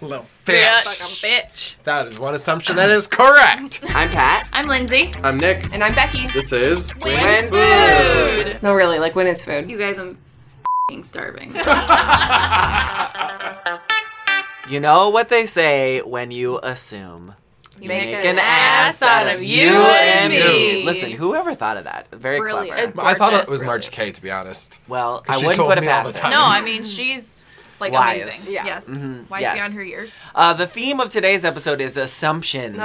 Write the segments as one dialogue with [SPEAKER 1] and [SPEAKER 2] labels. [SPEAKER 1] Little
[SPEAKER 2] Yeah.
[SPEAKER 1] bitch.
[SPEAKER 2] bitch.
[SPEAKER 1] That is one assumption that is correct.
[SPEAKER 3] I'm Pat.
[SPEAKER 2] I'm Lindsay.
[SPEAKER 1] I'm Nick.
[SPEAKER 4] And I'm Becky.
[SPEAKER 1] This is
[SPEAKER 3] Win
[SPEAKER 2] food.
[SPEAKER 4] No, really, like when is food?
[SPEAKER 2] You guys, I'm fing starving.
[SPEAKER 3] You know what they say when you assume.
[SPEAKER 2] You
[SPEAKER 4] make
[SPEAKER 3] Make
[SPEAKER 4] an
[SPEAKER 3] an ass out of you and me. Listen, whoever thought of that? Very
[SPEAKER 2] Brilliant.
[SPEAKER 3] clever.
[SPEAKER 1] I thought it was
[SPEAKER 2] Gorgeous,
[SPEAKER 1] Marge K, to be honest.
[SPEAKER 3] Well,
[SPEAKER 1] 'Cause
[SPEAKER 3] I
[SPEAKER 1] she
[SPEAKER 3] wouldn't
[SPEAKER 1] told
[SPEAKER 3] put it
[SPEAKER 1] me all
[SPEAKER 3] past
[SPEAKER 1] the time.
[SPEAKER 3] it.
[SPEAKER 2] No, I mean she's like
[SPEAKER 3] Wise. Mm-hmm.
[SPEAKER 2] amazing.
[SPEAKER 4] Yeah.
[SPEAKER 2] Yes. Wise
[SPEAKER 3] Yes.
[SPEAKER 2] beyond her years.
[SPEAKER 3] Uh, the theme of today's episode is assumptions,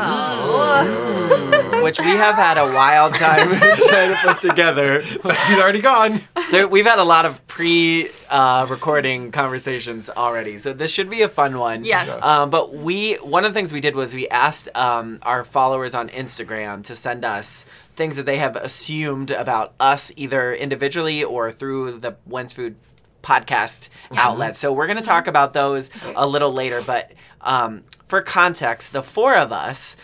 [SPEAKER 3] which we have had a wild time trying to put together.
[SPEAKER 1] He's already gone.
[SPEAKER 3] There, we've had a lot of pre-recording conversations already, so this should be a fun one.
[SPEAKER 2] Yes. Yeah.
[SPEAKER 3] Um, but we, one of the things we did was we asked um, our followers on Instagram to send us things that they have assumed about us, either individually or through the When's Food podcast outlet. So we're going to talk about those a little later. But um, for context, the four of us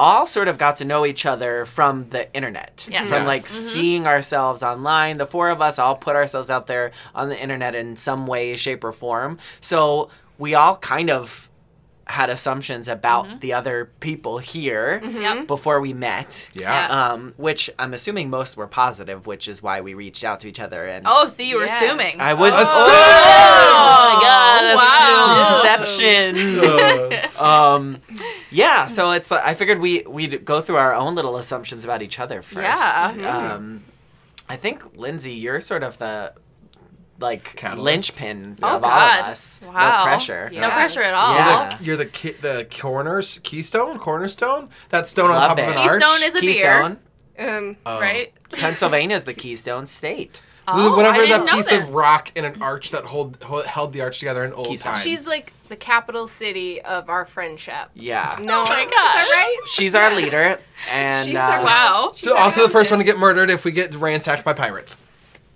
[SPEAKER 3] all sort of got to know each other from the internet.
[SPEAKER 2] Yes. Mm-hmm.
[SPEAKER 3] From
[SPEAKER 2] Yes.
[SPEAKER 3] like seeing ourselves online. The four of us all put ourselves out there on the internet in some way, shape, or form. So we all kind of had assumptions about the other people here
[SPEAKER 2] Mm-hmm. Yep.
[SPEAKER 3] before we met.
[SPEAKER 1] Yeah.
[SPEAKER 2] Yes.
[SPEAKER 3] Um, which I'm assuming most were positive, which is why we reached out to each other and
[SPEAKER 2] Oh, see, you were
[SPEAKER 4] Yes.
[SPEAKER 2] assuming.
[SPEAKER 3] I was
[SPEAKER 2] Oh,
[SPEAKER 3] Oh
[SPEAKER 2] wow.
[SPEAKER 3] my god, deception.
[SPEAKER 1] Uh,
[SPEAKER 3] Um, yeah, so it's like, I figured we we'd go through our own little assumptions about each other first.
[SPEAKER 2] Yeah.
[SPEAKER 3] Um, I think Lindsay, you're sort of the like
[SPEAKER 1] Catalyst.
[SPEAKER 3] linchpin
[SPEAKER 2] Oh,
[SPEAKER 3] of all
[SPEAKER 2] God.
[SPEAKER 3] of us.
[SPEAKER 2] Wow.
[SPEAKER 3] No pressure.
[SPEAKER 4] Yeah.
[SPEAKER 2] No pressure at all.
[SPEAKER 3] Yeah.
[SPEAKER 1] You're the ki- the corners keystone cornerstone. That stone on
[SPEAKER 3] Love
[SPEAKER 1] top of
[SPEAKER 3] it.
[SPEAKER 1] an arch.
[SPEAKER 2] Keystone is a
[SPEAKER 3] Keystone.
[SPEAKER 2] beer,
[SPEAKER 4] Um,
[SPEAKER 1] Oh.
[SPEAKER 2] right?
[SPEAKER 3] Pennsylvania's the Keystone State.
[SPEAKER 2] Oh,
[SPEAKER 1] Whatever
[SPEAKER 2] I didn't
[SPEAKER 1] that
[SPEAKER 2] know
[SPEAKER 1] piece
[SPEAKER 2] this.
[SPEAKER 1] of rock in an arch that hold, hold held the arch together in old
[SPEAKER 3] Keystone.
[SPEAKER 1] times.
[SPEAKER 4] she's like the capital city of our friendship.
[SPEAKER 3] Yeah.
[SPEAKER 4] No,
[SPEAKER 2] Oh my gosh.
[SPEAKER 4] is that right?
[SPEAKER 3] She's our leader, and
[SPEAKER 4] She's
[SPEAKER 3] uh,
[SPEAKER 4] our-
[SPEAKER 2] Wow.
[SPEAKER 1] She's also the first one to get murdered if we get ransacked by pirates.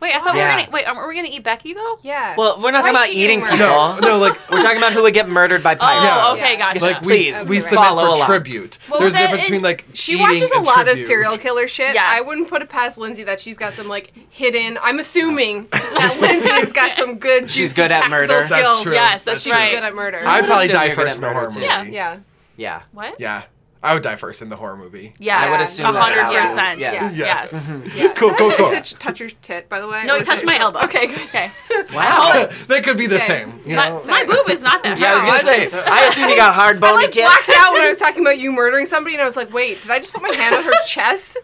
[SPEAKER 2] Wait, I thought
[SPEAKER 3] Yeah.
[SPEAKER 2] we were gonna wait. Are we gonna eat Becky though?
[SPEAKER 4] Yeah.
[SPEAKER 3] Well, we're not
[SPEAKER 4] Why
[SPEAKER 3] talking
[SPEAKER 4] is
[SPEAKER 3] about
[SPEAKER 4] she getting
[SPEAKER 3] eating people.
[SPEAKER 4] murdered?
[SPEAKER 1] No, no, like
[SPEAKER 3] We're talking about who would get murdered by pirates.
[SPEAKER 2] Oh,
[SPEAKER 1] Yeah.
[SPEAKER 2] okay, gotcha.
[SPEAKER 1] like we
[SPEAKER 3] Please.
[SPEAKER 1] we
[SPEAKER 4] Okay,
[SPEAKER 1] submit
[SPEAKER 3] follow
[SPEAKER 1] for
[SPEAKER 3] along.
[SPEAKER 1] tribute.
[SPEAKER 4] Well,
[SPEAKER 1] There's a
[SPEAKER 4] that-
[SPEAKER 1] difference between
[SPEAKER 4] and
[SPEAKER 1] like
[SPEAKER 4] she
[SPEAKER 1] eating
[SPEAKER 4] watches a
[SPEAKER 1] and
[SPEAKER 4] lot of
[SPEAKER 1] tribute.
[SPEAKER 4] serial killer shit.
[SPEAKER 2] Yes.
[SPEAKER 4] I wouldn't put it past Lindsay that she's got some like hidden. I'm assuming that Lindsay's got some good. juicy
[SPEAKER 3] She's good at
[SPEAKER 4] tactical
[SPEAKER 3] murder.
[SPEAKER 1] That's
[SPEAKER 4] Skills.
[SPEAKER 1] true.
[SPEAKER 2] Yes,
[SPEAKER 1] That's
[SPEAKER 2] that's,
[SPEAKER 4] She's
[SPEAKER 2] right.
[SPEAKER 4] good at murder.
[SPEAKER 1] I'd probably
[SPEAKER 3] assume
[SPEAKER 1] die
[SPEAKER 3] you're good
[SPEAKER 1] first in
[SPEAKER 3] at
[SPEAKER 1] a horror
[SPEAKER 3] murder,
[SPEAKER 1] movie.
[SPEAKER 3] too.
[SPEAKER 2] Yeah.
[SPEAKER 4] yeah.
[SPEAKER 3] Yeah.
[SPEAKER 2] what?
[SPEAKER 1] Yeah. I would die first in the horror movie.
[SPEAKER 2] Yes.
[SPEAKER 3] I would assume
[SPEAKER 2] a
[SPEAKER 3] that's
[SPEAKER 2] hundred
[SPEAKER 3] how it is.
[SPEAKER 2] percent. Yes.
[SPEAKER 3] Yes.
[SPEAKER 1] Yeah.
[SPEAKER 2] yes.
[SPEAKER 4] Yeah. Mm-hmm.
[SPEAKER 1] Cool,
[SPEAKER 4] Did
[SPEAKER 1] cool,
[SPEAKER 4] I
[SPEAKER 1] cool.
[SPEAKER 4] just touch your tit, by the way.
[SPEAKER 2] No,
[SPEAKER 4] Or
[SPEAKER 2] you
[SPEAKER 4] is that
[SPEAKER 2] touched my
[SPEAKER 4] your-
[SPEAKER 2] elbow.
[SPEAKER 4] Okay, good.
[SPEAKER 2] Okay. Oh,
[SPEAKER 3] Wow.
[SPEAKER 1] They could be the
[SPEAKER 4] Oh, Okay.
[SPEAKER 1] same. You
[SPEAKER 2] My,
[SPEAKER 1] know?
[SPEAKER 2] my boob is not that
[SPEAKER 3] Yeah, I was
[SPEAKER 2] hard.
[SPEAKER 3] gonna say. I assume you got hard bony
[SPEAKER 4] like
[SPEAKER 3] tits.
[SPEAKER 4] blacked out when I was talking about you murdering somebody, and I was like, wait, did I just put my hand on her chest?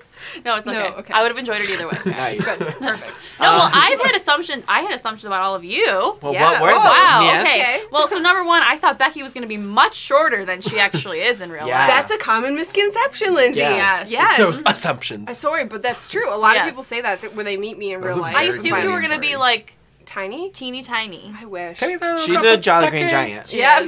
[SPEAKER 2] No, it's okay.
[SPEAKER 4] No, okay.
[SPEAKER 2] I would have enjoyed it either way.
[SPEAKER 3] Nice.
[SPEAKER 4] Good, perfect.
[SPEAKER 2] No, well, I've had assumptions. I had assumptions about all of you.
[SPEAKER 3] Well,
[SPEAKER 4] Yeah.
[SPEAKER 3] what were
[SPEAKER 4] Oh,
[SPEAKER 3] they?
[SPEAKER 2] Wow.
[SPEAKER 3] Miss?
[SPEAKER 2] Okay.
[SPEAKER 4] Okay.
[SPEAKER 2] Well, so number one, I thought Becky was going to be much shorter than she actually is in real
[SPEAKER 3] Yeah.
[SPEAKER 2] life.
[SPEAKER 4] That's a common misconception, Lindsay.
[SPEAKER 3] Ah. Yeah.
[SPEAKER 2] Yes.
[SPEAKER 4] Yes.
[SPEAKER 1] Those assumptions.
[SPEAKER 4] Sorry, but that's true. A lot
[SPEAKER 2] Yes.
[SPEAKER 4] of people say that, that when they meet me in
[SPEAKER 1] That was
[SPEAKER 4] real
[SPEAKER 1] a
[SPEAKER 4] life.
[SPEAKER 2] I
[SPEAKER 1] very
[SPEAKER 2] assumed you were
[SPEAKER 1] good
[SPEAKER 2] going to be
[SPEAKER 1] answer.
[SPEAKER 2] like
[SPEAKER 4] tiny.
[SPEAKER 2] teeny tiny.
[SPEAKER 4] I wish.
[SPEAKER 3] She's a Jolly Green Giant.
[SPEAKER 4] Yeah.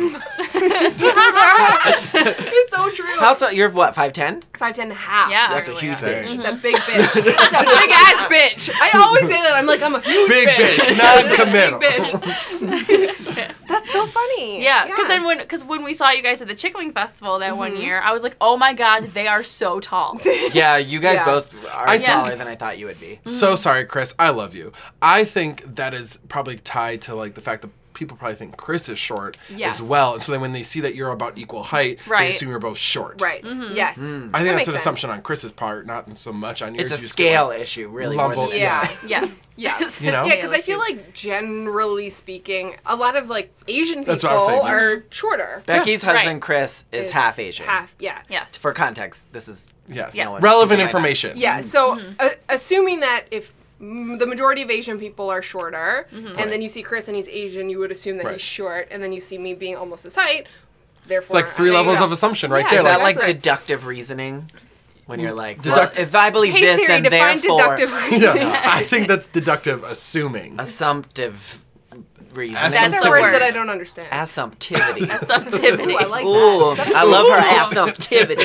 [SPEAKER 2] Yes.
[SPEAKER 4] it's so true.
[SPEAKER 3] How tall? You're what? Five ten?
[SPEAKER 4] Five ten and a half.
[SPEAKER 2] Yeah.
[SPEAKER 3] That's a
[SPEAKER 2] Really
[SPEAKER 3] huge
[SPEAKER 2] are.
[SPEAKER 3] bitch.
[SPEAKER 4] It's a big bitch. It's a big ass bitch. I always say that. I'm like, I'm a huge
[SPEAKER 1] Big bitch, non-committal.
[SPEAKER 4] Big bitch. That's so funny.
[SPEAKER 2] yeah. Because then when because when we saw you guys at the Chicken Wing Festival that one year, I was like, oh my god, they are so tall.
[SPEAKER 3] Yeah, you guys
[SPEAKER 4] Yeah. Mm-hmm.
[SPEAKER 3] both are
[SPEAKER 1] I
[SPEAKER 3] taller
[SPEAKER 1] think-
[SPEAKER 3] than I thought you would be.
[SPEAKER 1] So sorry, Chris. I love you. I think that is probably tied to like the fact that people probably think Chris is short
[SPEAKER 2] Yes.
[SPEAKER 1] as well. And so then when they see that you're about equal height, they
[SPEAKER 2] Right.
[SPEAKER 1] assume you're both short.
[SPEAKER 4] Right.
[SPEAKER 1] Mm. I think that's
[SPEAKER 4] Yes. That
[SPEAKER 1] an
[SPEAKER 4] makes sense.
[SPEAKER 1] assumption on Chris's part, not so much on yours.
[SPEAKER 3] It's a
[SPEAKER 1] You just get,
[SPEAKER 3] scale
[SPEAKER 1] like,
[SPEAKER 3] issue, really.
[SPEAKER 1] lumble-
[SPEAKER 3] more than-
[SPEAKER 4] Yeah.
[SPEAKER 2] yes.
[SPEAKER 4] Yes.
[SPEAKER 1] You know?
[SPEAKER 4] Yeah, because I feel like generally speaking, a lot of like Asian people
[SPEAKER 1] That's what I was saying.
[SPEAKER 4] are shorter.
[SPEAKER 3] Becky's
[SPEAKER 2] Right.
[SPEAKER 3] husband Chris is,
[SPEAKER 4] Is
[SPEAKER 3] half Asian.
[SPEAKER 4] Half. Yeah.
[SPEAKER 2] Yes.
[SPEAKER 3] For context, this is
[SPEAKER 1] yes.
[SPEAKER 2] Yes. No,
[SPEAKER 1] Relevant
[SPEAKER 3] I-
[SPEAKER 1] information.
[SPEAKER 4] Yeah. So
[SPEAKER 3] Mm-hmm.
[SPEAKER 4] uh, assuming that if m- the majority of Asian people are shorter,
[SPEAKER 3] Mm-hmm.
[SPEAKER 4] and then you see Chris and he's Asian, you would assume that
[SPEAKER 1] Right.
[SPEAKER 4] he's short, and then you see me being almost his height. Therefore,
[SPEAKER 1] It's like three levels of assumption right
[SPEAKER 4] Yeah,
[SPEAKER 1] there.
[SPEAKER 3] is that
[SPEAKER 1] Like,
[SPEAKER 3] like
[SPEAKER 4] Exactly.
[SPEAKER 3] deductive reasoning when you're like,
[SPEAKER 1] Deduct-
[SPEAKER 3] well, if I believe
[SPEAKER 4] Hey
[SPEAKER 3] this,
[SPEAKER 4] Siri,
[SPEAKER 3] then
[SPEAKER 4] define
[SPEAKER 3] therefore
[SPEAKER 4] deductive reasoning.
[SPEAKER 1] yeah. I think that's deductive assuming.
[SPEAKER 3] assumptive reasoning.
[SPEAKER 1] That's
[SPEAKER 4] These
[SPEAKER 2] the
[SPEAKER 4] are words
[SPEAKER 2] word.
[SPEAKER 4] that I don't understand.
[SPEAKER 3] Assumptivity.
[SPEAKER 2] Assumptivity.
[SPEAKER 4] Ooh, I like that.
[SPEAKER 3] Ooh, I love her assumptivity.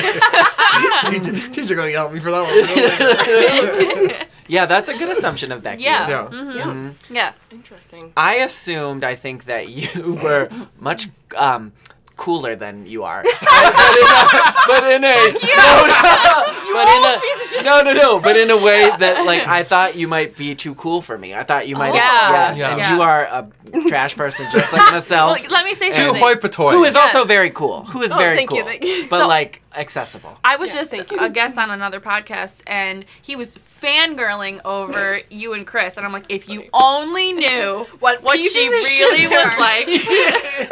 [SPEAKER 1] teacher, teacher gonna yell at me for that one.
[SPEAKER 3] Yeah, that's a good assumption of Becky.
[SPEAKER 2] Yeah.
[SPEAKER 1] yeah.
[SPEAKER 4] Yeah.
[SPEAKER 2] yeah.
[SPEAKER 4] Interesting.
[SPEAKER 3] I assumed, I think, that you were much um, cooler than you are. but in a, but in a, no, no, but in a,
[SPEAKER 4] Piece of
[SPEAKER 2] bitch.
[SPEAKER 3] No, no, no. But in a way that, like, I thought you might be too cool for me. I thought you might.
[SPEAKER 2] Oh. Yeah.
[SPEAKER 3] Yes,
[SPEAKER 1] Yeah.
[SPEAKER 3] And
[SPEAKER 2] Yeah.
[SPEAKER 3] you are a trash person, just like myself.
[SPEAKER 2] Look, let me say
[SPEAKER 1] Too
[SPEAKER 2] something.
[SPEAKER 1] white patoy.
[SPEAKER 3] who is
[SPEAKER 2] Yeah.
[SPEAKER 3] also very cool. Who is
[SPEAKER 4] Oh,
[SPEAKER 3] very
[SPEAKER 4] thank
[SPEAKER 3] cool,
[SPEAKER 4] you, thank you.
[SPEAKER 3] but
[SPEAKER 2] So-
[SPEAKER 3] like accessible.
[SPEAKER 2] I was just
[SPEAKER 4] thank you.
[SPEAKER 2] a guest on another podcast, and he was fangirling over you and Chris. And I'm like, if you only knew what what
[SPEAKER 4] pieces
[SPEAKER 2] she
[SPEAKER 4] of shit
[SPEAKER 2] really
[SPEAKER 4] they
[SPEAKER 2] was
[SPEAKER 4] are.
[SPEAKER 2] like.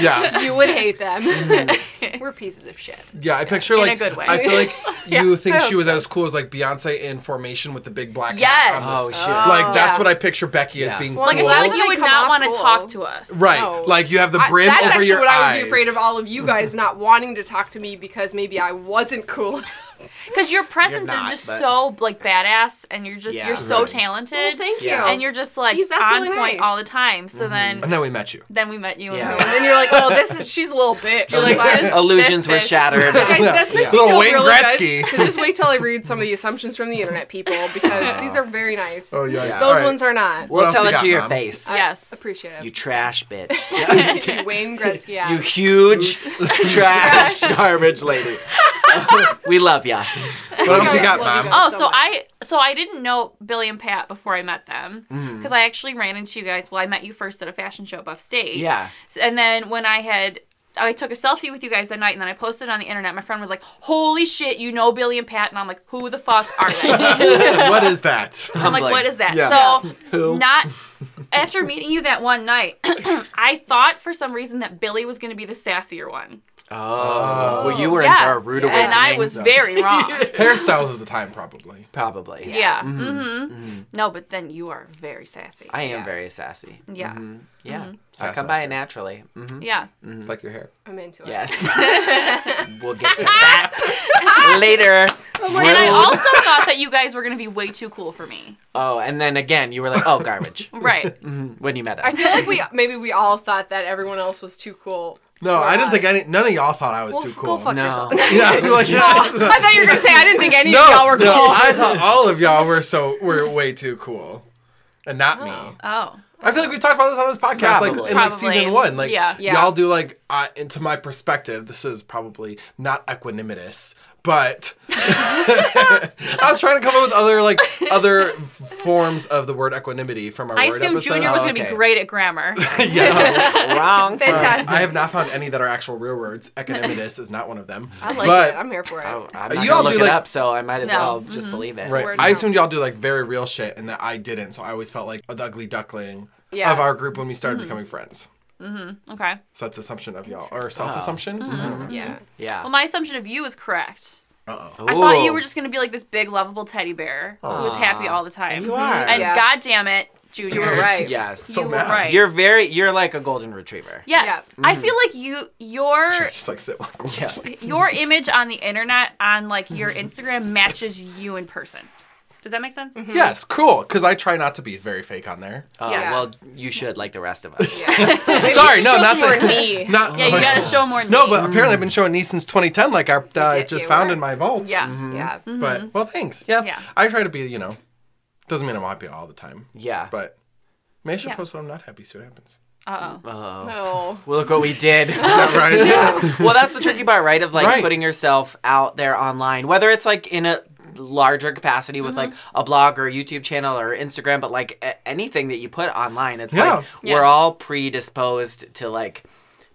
[SPEAKER 1] Yeah.
[SPEAKER 4] You would hate them.
[SPEAKER 3] Mm-hmm.
[SPEAKER 4] We're pieces of shit.
[SPEAKER 1] Yeah, I picture
[SPEAKER 2] In a
[SPEAKER 1] like
[SPEAKER 2] good way.
[SPEAKER 1] I feel like you think
[SPEAKER 4] I
[SPEAKER 1] she
[SPEAKER 4] hope
[SPEAKER 1] was
[SPEAKER 4] so.
[SPEAKER 1] as cool as like Beyonce in Formation with the big black
[SPEAKER 2] Yes.
[SPEAKER 1] hat. On
[SPEAKER 3] Oh
[SPEAKER 1] the,
[SPEAKER 3] shit.
[SPEAKER 1] Like that's
[SPEAKER 2] Yeah.
[SPEAKER 1] what I picture Becky
[SPEAKER 3] Yeah.
[SPEAKER 1] as being
[SPEAKER 4] Well,
[SPEAKER 2] Like, I
[SPEAKER 1] cool.
[SPEAKER 2] feel
[SPEAKER 4] Why
[SPEAKER 2] like
[SPEAKER 4] would
[SPEAKER 2] you
[SPEAKER 4] they
[SPEAKER 2] would
[SPEAKER 4] come
[SPEAKER 2] not
[SPEAKER 4] off
[SPEAKER 2] want to
[SPEAKER 4] cool?
[SPEAKER 2] talk to us.
[SPEAKER 1] right.
[SPEAKER 4] No.
[SPEAKER 1] Like you have the
[SPEAKER 4] I-
[SPEAKER 1] brim
[SPEAKER 4] that's
[SPEAKER 1] over
[SPEAKER 4] actually
[SPEAKER 1] your
[SPEAKER 4] what
[SPEAKER 1] eyes.
[SPEAKER 4] I would be afraid of all of you guys not wanting to talk to me because maybe I wasn't cool. enough.
[SPEAKER 2] Because your presence
[SPEAKER 3] not,
[SPEAKER 2] is just
[SPEAKER 3] but-
[SPEAKER 2] so like badass, and you're just
[SPEAKER 3] Yeah.
[SPEAKER 2] you're so
[SPEAKER 1] Right.
[SPEAKER 2] talented.
[SPEAKER 4] Well, thank
[SPEAKER 3] Yeah. Mm-hmm.
[SPEAKER 4] you.
[SPEAKER 2] And you're just like
[SPEAKER 4] Jeez, that's
[SPEAKER 2] on
[SPEAKER 4] really
[SPEAKER 2] point
[SPEAKER 4] nice.
[SPEAKER 2] all the time. So then,
[SPEAKER 1] And then Oh, we met you.
[SPEAKER 2] then we met you.
[SPEAKER 3] Yeah.
[SPEAKER 2] And
[SPEAKER 4] and then you're like, oh, this is she's a little bitch. You're like,
[SPEAKER 2] Yeah.
[SPEAKER 4] "What?"
[SPEAKER 3] Illusions were
[SPEAKER 2] This bitch.
[SPEAKER 3] shattered.
[SPEAKER 4] Guys, that's makes me
[SPEAKER 1] Little
[SPEAKER 4] feel
[SPEAKER 1] Wayne
[SPEAKER 4] really
[SPEAKER 1] Gretzky.
[SPEAKER 4] Because just wait till I read some of the assumptions from the internet, people, because these are very nice.
[SPEAKER 1] Oh, yeah, yeah.
[SPEAKER 4] Those
[SPEAKER 1] All right.
[SPEAKER 4] ones are not.
[SPEAKER 1] What
[SPEAKER 3] We'll
[SPEAKER 1] else
[SPEAKER 3] tell
[SPEAKER 1] you
[SPEAKER 3] it
[SPEAKER 1] got,
[SPEAKER 3] to your
[SPEAKER 1] Mom?
[SPEAKER 3] face.
[SPEAKER 4] I
[SPEAKER 2] Yes.
[SPEAKER 4] appreciate it.
[SPEAKER 3] You trash bitch.
[SPEAKER 4] You Wayne Gretzky.
[SPEAKER 3] you
[SPEAKER 4] Yeah.
[SPEAKER 3] huge trash garbage lady. we love ya.
[SPEAKER 1] What else you
[SPEAKER 4] God,
[SPEAKER 1] got,
[SPEAKER 4] love
[SPEAKER 1] mom?
[SPEAKER 4] you guys.
[SPEAKER 2] Oh,
[SPEAKER 4] so
[SPEAKER 2] so,
[SPEAKER 4] much.
[SPEAKER 2] I so I didn't know Billy and Pat before I met them because
[SPEAKER 3] Mm-hmm.
[SPEAKER 2] I actually ran into you guys. Well, I met you first at a fashion show above state.
[SPEAKER 3] Yeah.
[SPEAKER 2] S- And then when I had. I took a selfie with you guys that night, and then I posted it on the internet. My friend was like, "Holy shit, you know Billy and Pat," and I'm like, "Who the fuck are they?"
[SPEAKER 1] what is that?
[SPEAKER 2] I'm like,
[SPEAKER 3] Humbling.
[SPEAKER 2] "What is that?"
[SPEAKER 3] Yeah.
[SPEAKER 2] So
[SPEAKER 3] Who?
[SPEAKER 2] not after meeting you that one night, I thought for some reason that Billy was going to be the sassier one,
[SPEAKER 3] Oh, well, you were in for a rude awakening.
[SPEAKER 2] and I was very wrong.
[SPEAKER 1] Hairstyles of the time, probably.
[SPEAKER 3] probably.
[SPEAKER 2] Yeah. hmm No, but then you are very sassy.
[SPEAKER 3] Mm-hmm. I am
[SPEAKER 2] Yeah.
[SPEAKER 3] very sassy. Mm-hmm.
[SPEAKER 2] Yeah. Mm-hmm.
[SPEAKER 3] Yeah, so I
[SPEAKER 1] Sass
[SPEAKER 3] come by
[SPEAKER 1] master.
[SPEAKER 3] it naturally. hmm
[SPEAKER 2] Yeah.
[SPEAKER 1] Like your hair.
[SPEAKER 4] I'm into it.
[SPEAKER 3] Yes, we'll get to that later.
[SPEAKER 2] And I
[SPEAKER 3] Rude.
[SPEAKER 2] also thought that you guys were going to be way too cool for me.
[SPEAKER 3] oh, and then again, you were like, "Oh, garbage,"
[SPEAKER 2] Right.
[SPEAKER 3] when you met
[SPEAKER 4] I
[SPEAKER 3] us.
[SPEAKER 4] feel like we maybe we all thought that everyone else was too cool.
[SPEAKER 1] No,
[SPEAKER 4] for
[SPEAKER 1] I didn't
[SPEAKER 4] us.
[SPEAKER 1] think any. None of y'all thought I was
[SPEAKER 4] Well,
[SPEAKER 1] too
[SPEAKER 4] f-
[SPEAKER 1] cool.
[SPEAKER 4] go fuck
[SPEAKER 3] No.
[SPEAKER 4] yourself.
[SPEAKER 1] Yeah, like,
[SPEAKER 4] I thought you were gonna say I didn't think any
[SPEAKER 1] no,
[SPEAKER 4] of y'all were
[SPEAKER 1] no,
[SPEAKER 4] cool.
[SPEAKER 1] I thought all of y'all were so were way too cool, and not me.
[SPEAKER 2] Oh.
[SPEAKER 1] I feel like we've talked about this on this podcast, like
[SPEAKER 3] Probably.
[SPEAKER 1] in like
[SPEAKER 2] Probably.
[SPEAKER 1] season one. Like
[SPEAKER 2] Yeah.
[SPEAKER 4] Yeah.
[SPEAKER 1] y'all do like, uh, and to my perspective, this is probably not equanimous, but I was trying to come up with other like other forms of the word equanimity from our
[SPEAKER 2] I
[SPEAKER 1] word
[SPEAKER 2] assumed
[SPEAKER 1] episode.
[SPEAKER 2] Junior was going to
[SPEAKER 3] okay.
[SPEAKER 2] be great at grammar.
[SPEAKER 1] yeah,
[SPEAKER 3] Wrong.
[SPEAKER 4] Fantastic.
[SPEAKER 1] I have not found any that are actual real words. Equanimous is not one of them.
[SPEAKER 4] I like
[SPEAKER 1] but,
[SPEAKER 4] it. I'm here for it.
[SPEAKER 3] Oh, I'm not
[SPEAKER 1] You
[SPEAKER 3] gonna
[SPEAKER 1] all
[SPEAKER 3] look
[SPEAKER 1] do,
[SPEAKER 3] it
[SPEAKER 1] like-
[SPEAKER 3] up, so I might as
[SPEAKER 2] No, Mm-hmm.
[SPEAKER 3] well just believe it.
[SPEAKER 1] Right.
[SPEAKER 4] word
[SPEAKER 1] I
[SPEAKER 4] count.
[SPEAKER 1] assumed y'all do like very real shit and that I didn't, so I always felt like the ugly duckling
[SPEAKER 4] Yeah.
[SPEAKER 1] of our group when we started
[SPEAKER 2] Mm-hmm.
[SPEAKER 1] becoming friends.
[SPEAKER 2] Okay.
[SPEAKER 1] So that's assumption of y'all or self assumption.
[SPEAKER 2] Mm-hmm.
[SPEAKER 4] yeah.
[SPEAKER 3] Yeah.
[SPEAKER 2] Well, my assumption of you is correct.
[SPEAKER 1] Uh oh.
[SPEAKER 2] I thought you were
[SPEAKER 3] Ooh.
[SPEAKER 2] just going to be like this big, lovable teddy bear who was happy all the time.
[SPEAKER 3] you are.
[SPEAKER 2] And
[SPEAKER 4] Yeah.
[SPEAKER 2] God damn it, Junior.
[SPEAKER 4] You were right.
[SPEAKER 3] Yes.
[SPEAKER 1] So
[SPEAKER 2] you were
[SPEAKER 1] mad.
[SPEAKER 2] right.
[SPEAKER 3] You're very. You're like a golden retriever.
[SPEAKER 2] yes. I feel like you, your
[SPEAKER 1] Just like sit like
[SPEAKER 3] Yeah.
[SPEAKER 2] your image on the internet on like your Instagram matches you in person. Does that make sense?
[SPEAKER 4] Mm-hmm.
[SPEAKER 1] Yes, cool. Because I try not to be very fake on there.
[SPEAKER 3] Oh,
[SPEAKER 2] Yeah.
[SPEAKER 3] Well, you should like the rest of us.
[SPEAKER 4] Maybe
[SPEAKER 1] Sorry,
[SPEAKER 4] we
[SPEAKER 1] no, not
[SPEAKER 4] should show them
[SPEAKER 1] that.
[SPEAKER 4] more me.
[SPEAKER 1] Not
[SPEAKER 2] Yeah, you gotta Mm-hmm. show more.
[SPEAKER 1] No,
[SPEAKER 2] me.
[SPEAKER 1] but apparently I've been showing these since 2010, like I uh,
[SPEAKER 4] did,
[SPEAKER 1] just
[SPEAKER 4] you
[SPEAKER 1] found
[SPEAKER 4] were.
[SPEAKER 1] in my vault.
[SPEAKER 2] yeah, Mm-hmm.
[SPEAKER 4] Yeah.
[SPEAKER 3] Mm-hmm.
[SPEAKER 1] But well, thanks. Yeah,
[SPEAKER 2] Yeah.
[SPEAKER 1] I try to be. You know, doesn't mean I'm happy all the time.
[SPEAKER 3] Yeah.
[SPEAKER 1] But maybe I should
[SPEAKER 2] Yeah.
[SPEAKER 1] post when I'm not happy. See what happens.
[SPEAKER 2] uh oh,
[SPEAKER 3] Oh.
[SPEAKER 4] No.
[SPEAKER 3] Well, look what we did.
[SPEAKER 1] right.
[SPEAKER 3] well, that's the tricky part, right? Of like
[SPEAKER 1] Right.
[SPEAKER 3] putting yourself out there online, whether it's like in a larger capacity with like a blog or a YouTube channel or Instagram, but like a- anything that you put online, it's
[SPEAKER 1] Yeah.
[SPEAKER 3] like we're
[SPEAKER 2] Yeah.
[SPEAKER 3] all predisposed to like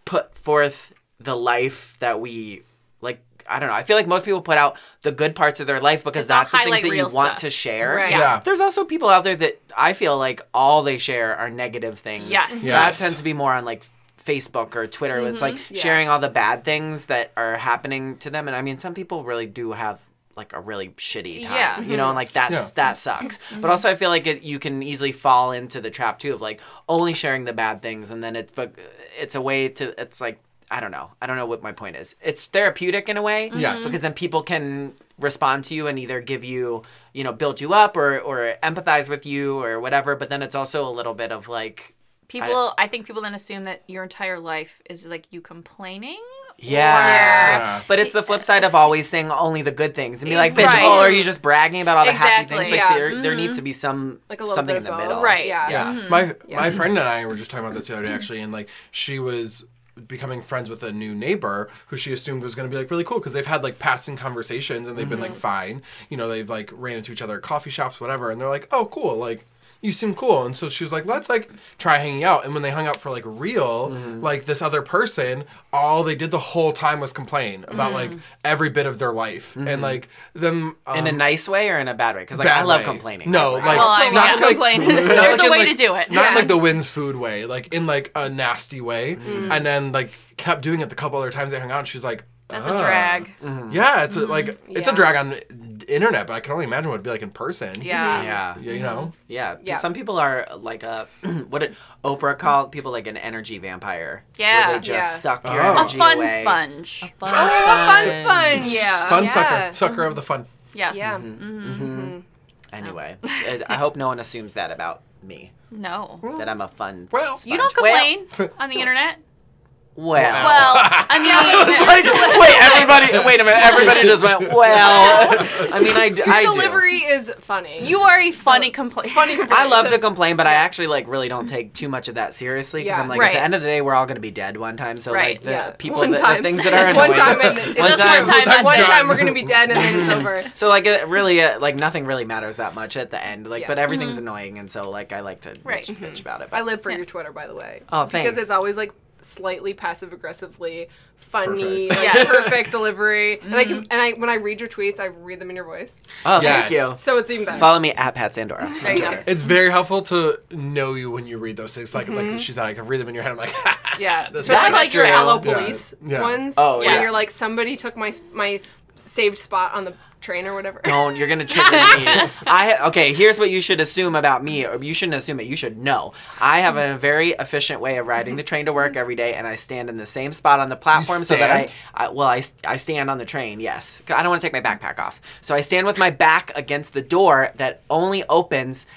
[SPEAKER 3] put forth the life that we like. I don't know. I feel like most people put out the good parts of their life because
[SPEAKER 2] all
[SPEAKER 3] that's the things
[SPEAKER 2] highlight
[SPEAKER 3] that you
[SPEAKER 2] reel
[SPEAKER 3] want
[SPEAKER 2] stuff.
[SPEAKER 3] to share.
[SPEAKER 2] Right.
[SPEAKER 1] Yeah. Yeah.
[SPEAKER 3] There's also people out there that I feel like all they share are negative things.
[SPEAKER 2] Yes.
[SPEAKER 1] Yes.
[SPEAKER 3] That tends to be more on like Facebook or Twitter. It's like
[SPEAKER 2] Mm-hmm.
[SPEAKER 3] sharing all the bad things that are happening to them. And I mean, some people really do have like a really shitty time,
[SPEAKER 2] Yeah. Mm-hmm.
[SPEAKER 3] you know, and like that's
[SPEAKER 1] Yeah.
[SPEAKER 3] that sucks. But also, I feel like it, you can easily fall into the trap too of like only sharing the bad things, and then it's but it's a way to it's like I don't know, I don't know what my point is. It's therapeutic in a way,
[SPEAKER 1] Yes.
[SPEAKER 3] because then people can respond to you and either give you you know build you up or or empathize with you or whatever. But then it's also a little bit of like
[SPEAKER 2] people. I, think people then assume that your entire life is just like you complaining.
[SPEAKER 3] Yeah.
[SPEAKER 1] Yeah.
[SPEAKER 3] But it's the flip side of always saying only the good things and be like, bitch,
[SPEAKER 2] Right.
[SPEAKER 3] oh, are you just bragging about all the happy
[SPEAKER 2] Exactly.
[SPEAKER 3] things? Like
[SPEAKER 4] Yeah.
[SPEAKER 3] there there needs to be some
[SPEAKER 4] Like a little
[SPEAKER 3] something
[SPEAKER 4] bit
[SPEAKER 3] in the
[SPEAKER 4] of both.
[SPEAKER 3] middle.
[SPEAKER 2] Right.
[SPEAKER 4] Yeah.
[SPEAKER 1] Yeah. My my friend and I were just talking about this the other day actually, and like she was becoming friends with a new neighbor who she assumed was going to be like really cool because they've had like passing conversations and they've been like
[SPEAKER 3] Mm-hmm.
[SPEAKER 1] fine. You know, they've like ran into each other at coffee shops, whatever, and they're like, oh, cool, like. You seem cool, and so she was like, "Let's like try hanging out." And when they hung out for like real,
[SPEAKER 3] Mm-hmm.
[SPEAKER 1] like this other person, all they did the whole time was complain about like every bit of their life, and like them um,
[SPEAKER 3] Mm-hmm. in a nice way or in a bad way? Because like I
[SPEAKER 1] bad
[SPEAKER 3] love
[SPEAKER 1] way.
[SPEAKER 3] complaining.
[SPEAKER 1] No,
[SPEAKER 3] I-
[SPEAKER 1] like
[SPEAKER 2] Well, I mean,
[SPEAKER 1] not
[SPEAKER 2] yeah,
[SPEAKER 1] like-
[SPEAKER 2] complain.
[SPEAKER 1] not
[SPEAKER 2] There's
[SPEAKER 1] like
[SPEAKER 2] a way
[SPEAKER 1] in, like-
[SPEAKER 2] to do it.
[SPEAKER 1] Not in,
[SPEAKER 2] Yeah.
[SPEAKER 1] like the Wins Food way, like in like a nasty way,
[SPEAKER 2] Mm.
[SPEAKER 1] and then like kept doing it the couple other times they hung out. And she's like,
[SPEAKER 2] That's
[SPEAKER 1] "Ah."
[SPEAKER 2] a drag. Mm-hmm.
[SPEAKER 1] Yeah, it's a, like it's
[SPEAKER 4] Yeah.
[SPEAKER 1] a drag on the internet, but I can only imagine what it'd be like in person.
[SPEAKER 2] Yeah.
[SPEAKER 4] Mm-hmm.
[SPEAKER 3] yeah.
[SPEAKER 1] you know.
[SPEAKER 3] Yeah.
[SPEAKER 4] Yeah.
[SPEAKER 3] Some people are like a what did Oprah call people like an energy vampire.
[SPEAKER 2] Yeah.
[SPEAKER 3] Where they just
[SPEAKER 4] Yeah.
[SPEAKER 3] suck your
[SPEAKER 1] Oh. A
[SPEAKER 2] A
[SPEAKER 3] energy
[SPEAKER 2] fun
[SPEAKER 3] away.
[SPEAKER 2] sponge.
[SPEAKER 3] Oh, Fun
[SPEAKER 4] Fun
[SPEAKER 3] sponge.
[SPEAKER 4] sponge. Yeah.
[SPEAKER 1] Fun
[SPEAKER 4] yeah.
[SPEAKER 1] sucker, sucker of the fun.
[SPEAKER 2] Yes.
[SPEAKER 4] Yeah.
[SPEAKER 3] Mm-hmm, Anyway, I- I hope no one assumes that about me
[SPEAKER 2] No.
[SPEAKER 3] that I'm a fun.
[SPEAKER 1] Well,
[SPEAKER 2] You don't complain on the internet.
[SPEAKER 3] Well.
[SPEAKER 2] Well, I mean,
[SPEAKER 3] Like, wait, everybody, wait a minute. Everybody just went, well. I mean, I, d- I do.
[SPEAKER 4] Delivery is funny.
[SPEAKER 2] you are a funny complainer. Funny
[SPEAKER 3] I love
[SPEAKER 4] So-
[SPEAKER 3] to complain, but I actually like really don't take too much of that seriously because
[SPEAKER 4] Yeah.
[SPEAKER 3] I'm like at
[SPEAKER 2] Right.
[SPEAKER 3] the end of the day we're all going to be dead one time. So
[SPEAKER 2] Right,
[SPEAKER 3] like the
[SPEAKER 4] yeah.
[SPEAKER 3] people,
[SPEAKER 4] One
[SPEAKER 3] the, the
[SPEAKER 4] time.
[SPEAKER 3] things that are
[SPEAKER 4] one
[SPEAKER 3] annoying-
[SPEAKER 4] time and it's
[SPEAKER 3] One
[SPEAKER 4] over.
[SPEAKER 3] time.
[SPEAKER 2] One time,
[SPEAKER 4] one
[SPEAKER 1] done.
[SPEAKER 4] time we're gonna be dead and then it's over.
[SPEAKER 3] So like it really uh, like nothing really matters that much at the end. Like
[SPEAKER 4] Yeah.
[SPEAKER 3] but everything's annoying, and so like I like to
[SPEAKER 2] Right.
[SPEAKER 3] bitch, bitch about it.
[SPEAKER 4] I
[SPEAKER 3] But
[SPEAKER 4] live for your Twitter, by the way.
[SPEAKER 3] Oh, thanks.
[SPEAKER 4] Because it's always like slightly passive aggressively funny,
[SPEAKER 1] Perfect.
[SPEAKER 4] like,
[SPEAKER 2] Yeah.
[SPEAKER 4] perfect delivery. And I can, and I when I read your tweets, I read them in your voice,
[SPEAKER 3] oh,
[SPEAKER 1] Yes.
[SPEAKER 3] thank you.
[SPEAKER 4] so it's even better.
[SPEAKER 3] Follow me at Pat Sandora.
[SPEAKER 4] there you go.
[SPEAKER 2] Mm-hmm.
[SPEAKER 1] It's very helpful to know you when you read those things. Like, like she said, I can read them in your head. I'm like,
[SPEAKER 4] Yeah,
[SPEAKER 1] That's
[SPEAKER 4] especially
[SPEAKER 3] That's
[SPEAKER 4] like your
[SPEAKER 3] true.
[SPEAKER 4] Hello
[SPEAKER 1] Yeah.
[SPEAKER 4] Police
[SPEAKER 1] Yeah.
[SPEAKER 4] ones,
[SPEAKER 3] Oh,
[SPEAKER 4] where
[SPEAKER 3] yeah.
[SPEAKER 4] you're like somebody took my my saved spot on the train or whatever.
[SPEAKER 3] Don't you're gonna trigger me. I okay. Here's what you should assume about me, or you shouldn't assume it. You should know. I have a very efficient way of riding the train to work every day, and I stand in the same spot on the platform so that I,
[SPEAKER 1] stand?
[SPEAKER 3] I well, I, I stand on the train. Yes, 'Cause I don't want to take my backpack off, so I stand with my back against the door that only opens.